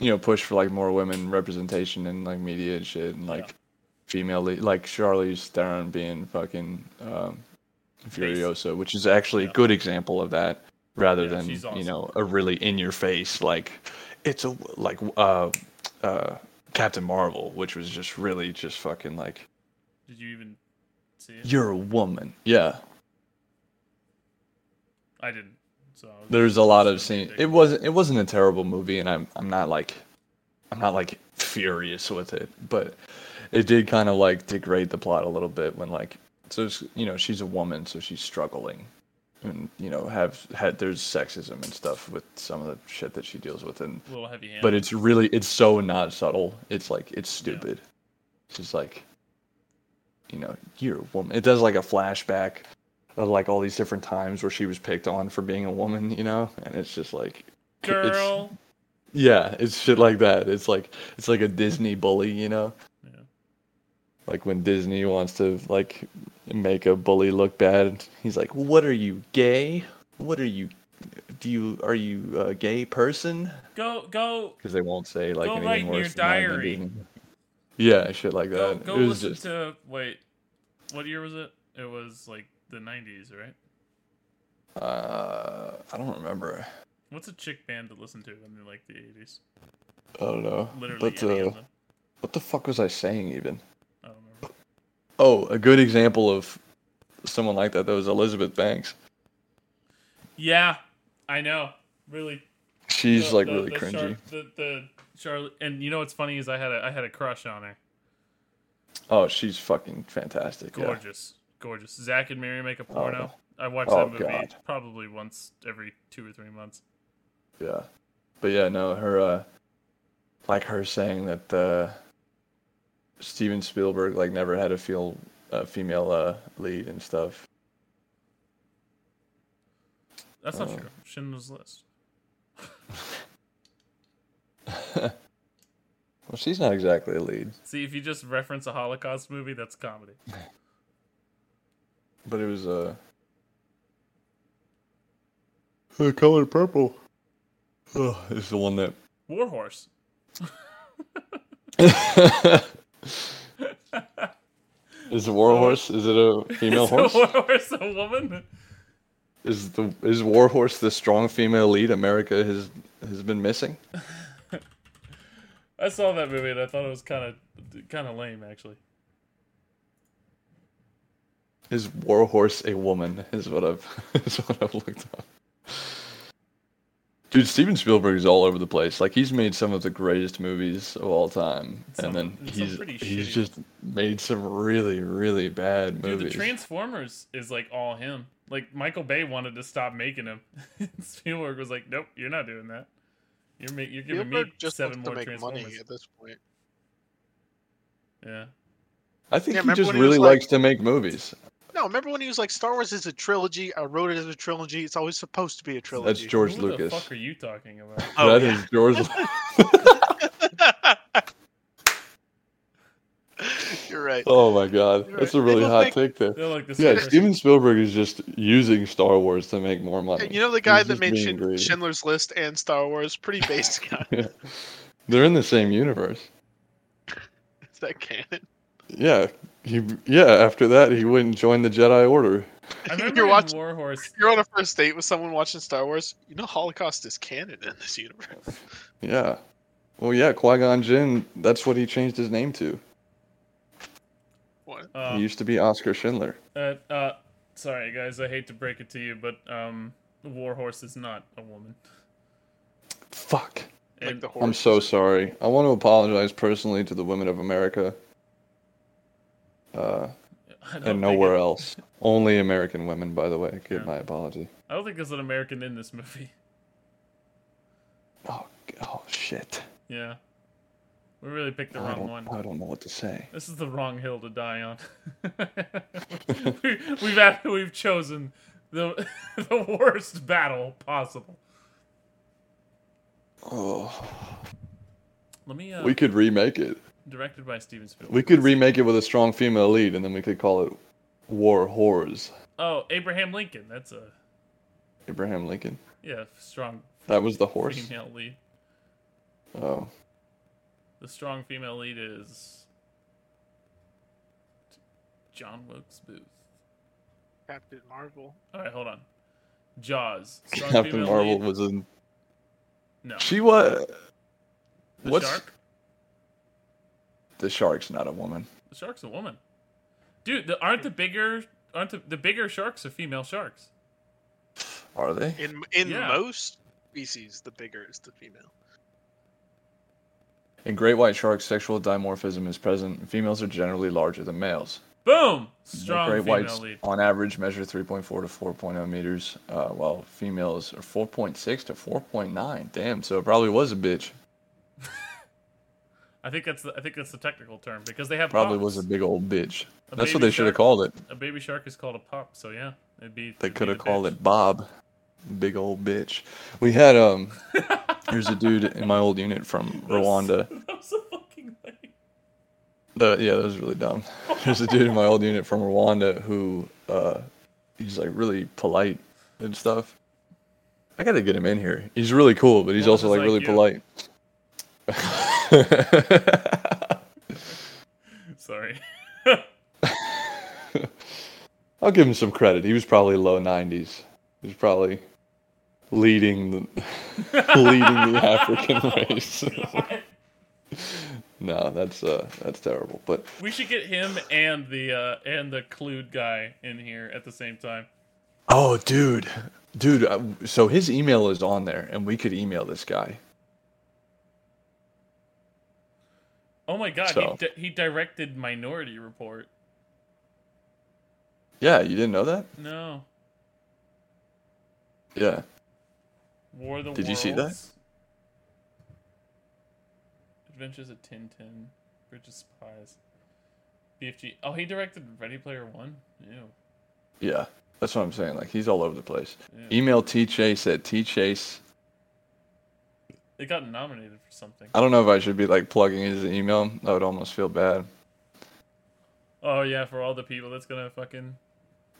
A: you know push for like more women representation in like media and shit, and like female lead, like Charlize Theron being fucking um, Furiosa, which is actually
B: Yeah.
A: a good example of that, rather
B: Yeah,
A: than
B: she's awesome.
A: you know a really in your face like it's a like uh uh Captain Marvel, which was just really just fucking like
B: Did you even see it?
A: you're a woman, yeah.
B: I didn't. So I was-
A: there's a lot of
B: Just
A: scenes. It
B: ridiculous.
A: wasn't it wasn't a terrible movie, and I'm I'm not like I'm not like furious with it, but it did kind of like degrade the plot a little bit when like so it's, you know she's a woman, so she's struggling, and you know have had there's sexism and stuff with some of the shit that she deals with, and
B: a little heavy handed.
A: but it's really it's so not subtle. It's like it's stupid. It's just like you know, you're a woman. It does like a flashback of like all these different times where she was picked on for being a woman, you know? And it's just like it's-
B: girl.
A: yeah, it's shit like that. It's like it's like a Disney bully, you know?
B: Yeah.
A: Like when Disney wants to like make a bully look bad, he's like, "What are you gay? What are you do you are you a gay person?"
B: Go go
A: because they won't say like
B: Go
A: anything
B: write in your
A: worse than that,
B: diary.
A: maybe. Yeah, shit like
B: go
A: that.
B: go
A: it was
B: listen
A: just
B: to wait. What year was it? It was like the nineties, right?
A: uh, I don't remember.
B: What's a chick band to listen to in like the eighties?
A: I don't know.
B: Literally
A: but
B: any
A: uh,
B: of them.
A: what the fuck was I saying even?
B: I don't remember.
A: Oh, a good example of someone like that. That was Elizabeth Banks.
B: Yeah, I know. Really.
A: She's
B: The-
A: like
B: the-
A: really
B: the
A: cringy.
B: Char- the the Charlotte, and you know what's funny is I had a I had a crush on her.
A: Oh, she's fucking fantastic. yeah.
B: Gorgeous, gorgeous. Zach and Mary make a porno. I watch
A: Oh,
B: that movie
A: God.
B: probably once every two or three months.
A: Yeah. But yeah, no, her uh like her saying that uh Steven Spielberg like never had a feel uh, female uh lead and stuff.
B: That's not
A: Oh.
B: true. Schindler's List.
A: Well, she's not exactly a lead,
B: See, if you just reference a Holocaust movie, that's comedy.
A: but it was uh The color purple. <laughs> Oh, is the one that
B: Warhorse.
A: is the war horse? Is it a female
B: Is <laughs>
A: horse?
B: a warhorse a woman?
A: Is the is war horse the strong female lead America has has been missing?
B: I saw that movie and I thought it was kind of kind of lame, actually.
A: Is Warhorse a woman? Is what I've <laughs> is what I've looked up. Dude, Steven Spielberg is all over the place. Like he's made some of the greatest movies of all time,
B: Some-
A: and then
B: some
A: he's
B: pretty
A: he's
B: shitty
A: just made some really really bad
B: Dude, the
A: movies.
B: Transformers is like all him. Like Michael Bay wanted to stop making him. <laughs> Spielberg was like, "Nope, you're not doing that. You're ma- you're giving
C: Spielberg
B: me
C: just
B: seven
C: wants
B: more
C: to make money
B: Transformers."
C: at this point.
B: Yeah.
A: I think
C: Yeah,
A: he
C: remember
A: just
C: when he
A: really
C: was like-
A: likes to make movies.
C: No, remember when he was like, "Star Wars is a trilogy. I wrote it as a trilogy. It's always supposed to be a trilogy."
A: That's George
B: Who
A: Lucas.
B: the fuck are you talking about?
C: Oh,
A: That
C: yeah.
A: is George. Lu-
C: <laughs>
B: <laughs>
C: You're right.
A: oh my god,
C: You're
A: that's a
C: right.
A: really
C: People
A: hot
C: think-
A: take there.
B: They're like this.
A: Yeah, Steven Spielberg is just using Star Wars to make more money.
C: You know the
A: He's
C: guy that
A: just
C: made
A: being
C: Shin-
A: greedy.
C: Schindler's List and Star Wars? Pretty basic <laughs> guy.
A: They're in the same universe.
C: Is that canon?
A: Yeah, he yeah. After that, he wouldn't join the Jedi Order. <laughs>
B: I remember
C: You're
B: in
C: watching-
B: Warhorse.
C: You're on a first date with someone watching Star Wars. You know Holocaust is canon in this universe. <laughs>
A: Yeah. Well, yeah, Qui Gon Jinn. That's what he changed his name to.
C: What?
A: He
B: Uh,
A: used to be Oscar Schindler.
B: uh, uh, sorry guys, I hate to break it to you, but um, Warhorse is not a woman.
A: Fuck.
C: Like
B: And-
C: the horse.
A: I'm so sorry. I want to apologize personally to the women of America. Uh,
B: I don't
A: and
B: think
A: nowhere
B: it-
A: else. Only American women, by the way. Give
B: Yeah.
A: my apology.
B: I don't think there's an American in this movie. <laughs>
A: Oh, g- oh shit.
B: Yeah, we really picked the
A: I
B: wrong
A: don't,
B: one.
A: I don't know what to say.
B: This is the wrong hill to die on. <laughs> we, we've act- we've chosen the <laughs> the worst battle possible.
A: Oh,
B: Let me. Uh,
A: we could remake it.
B: directed by Steven Spielberg.
A: We could remake it with a strong female lead, and then we could call it War Horrors.
B: oh, Abraham Lincoln. That's a
A: Abraham Lincoln.
B: yeah strong
A: That was the horse.
B: female lead.
A: Oh,
B: The strong female lead is John Wilkes Booth.
C: Captain Marvel.
B: All right, hold on. Jaws. Strong
A: Captain
B: female
A: Marvel
B: lead.
A: was in.
B: No.
A: She was.
B: The
A: what's-
B: shark.
A: The shark's not a woman.
B: The shark's a woman. Dude, the, aren't the bigger aren't the, the bigger sharks are female sharks?
A: Are they?
C: In in
B: Yeah.
C: most species, the bigger is the female.
A: In great white sharks, sexual dimorphism is present. and Females are generally larger than males.
B: Boom.
A: The
B: Strong
A: great
B: female
A: whites,
B: lead.
A: on average, measure 3.4 to 4.0 meters, uh, while females are 4.6 to 4.9. Damn, so it probably was a bitch.
B: I think that's the, I think that's the technical term because they have
A: Probably
B: pops.
A: was a big old bitch.
B: A
A: That's what
B: baby
A: they should have
B: shark.
A: called it.
B: A baby shark is called a pup, so yeah, it'd
A: They
B: be. it'd be
A: could have
B: the
A: called
B: bitch.
A: it Bob, big old bitch. We had
B: <laughs>
A: um, there's a dude in my old unit from Rwanda.
B: <laughs> That was a fucking thing.
A: The, yeah, that was really dumb. There's a dude in my old unit from Rwanda who uh, he's like really polite and stuff. I gotta get him in here. He's really cool, but he's
B: Well,
A: also
B: just
A: like, really
B: like
A: polite.
B: Sorry.
A: <laughs> I'll give him some credit. He was probably low 90s. He was probably leading the <laughs> leading the African race. <laughs> no, that's uh that's terrible. But
B: we should get him and the uh, and the clued guy in here at the same time.
A: Oh, dude, dude. uh, So his email is on there, and we could email this guy.
B: Oh my god,
A: So.
B: he, di- he directed Minority Report.
A: Yeah, you didn't know that?
B: No,
A: Yeah.
B: War of the
A: Did you see that?
B: Worlds. Adventures of Tintin, Bridge of Spies, BFG. Oh, he directed Ready Player One. Ew.
A: Yeah. That's what I'm saying. Like he's all over the place.
B: ew.
A: Email T Chase at T Chase.
B: It got nominated for something.
A: I don't know if I should be like plugging his email. I would almost feel bad.
B: Oh yeah, for all the people that's gonna fucking.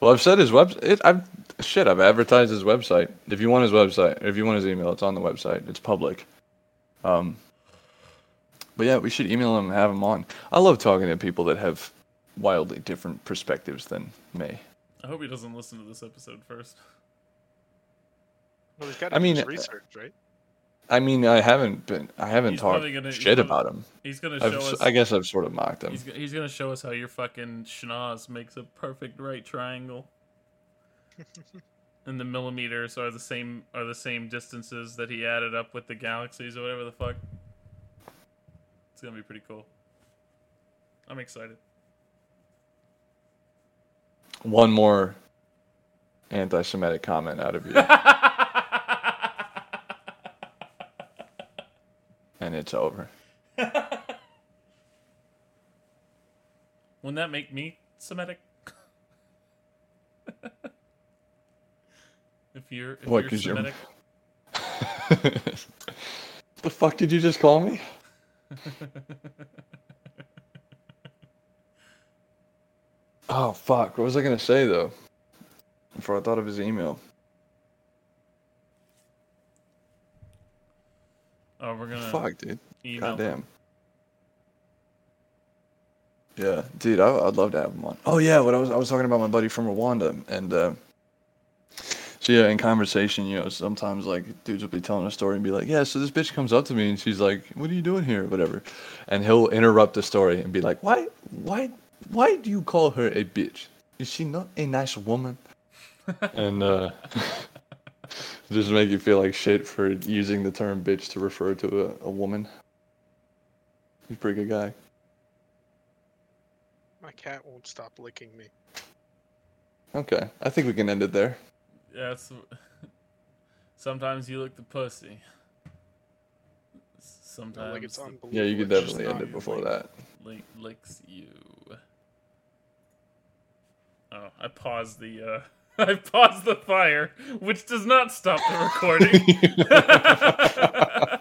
A: Well, I've said his website. I've shit. I've advertised his website. If you want his website, if you want his email, it's on the website. It's public. Um. But yeah, we should email him and have him on. I love talking to people that have wildly different perspectives than me.
B: I hope he doesn't listen to this episode first.
C: Well, he's got
A: I mean, uh,
C: research, right?
A: I mean, I haven't been. I haven't
B: He's
A: talked
B: probably gonna- he's
A: shit
B: probably-
A: about him.
B: He's gonna show
A: I've,
B: us.
A: s- I guess I've sort of mocked him.
B: He's, go- he's gonna show us how your fucking schnoz makes a perfect right triangle, and the millimeters are the same are the same distances that he added up with the galaxies or whatever the fuck. It's gonna be pretty cool. I'm excited. <laughs>
A: One more anti-Semitic comment out of <laughs> you, and it's over.
B: Wouldn't that make me Semitic? <laughs> if you're if
A: What,
B: you're
A: 'cause you're-
B: Semitic,
A: the fuck did you just call <laughs> me? oh fuck! What was I gonna say though? Before I thought of his email.
B: oh, we're gonna
A: Fuck, dude.
B: email.
A: Goddamn. Yeah, dude, I, I'd love to have him on. Oh yeah, what I was I was talking about my buddy from Rwanda, and uh, so yeah, in conversation, you know, sometimes like dudes will be telling a story and be like, yeah, so this bitch comes up to me and she's like, what are you doing here, whatever, and he'll interrupt the story and be like, why, why, why do you call her a bitch? Is she not a nice woman? and uh, <laughs> just make you feel like shit for using the term bitch to refer to a, a woman. He's a pretty good guy.
C: My cat won't stop licking me.
A: Okay, I think we can end it there.
B: That's sometimes you look the pussy. Sometimes
C: like it's
B: the
C: unbelievable.
A: Yeah, you could
C: It's just
A: definitely end
C: not-
A: it before that.
B: link licks you. Oh, I paused the uh <laughs> I paused the fire, which does not stop the recording. <laughs>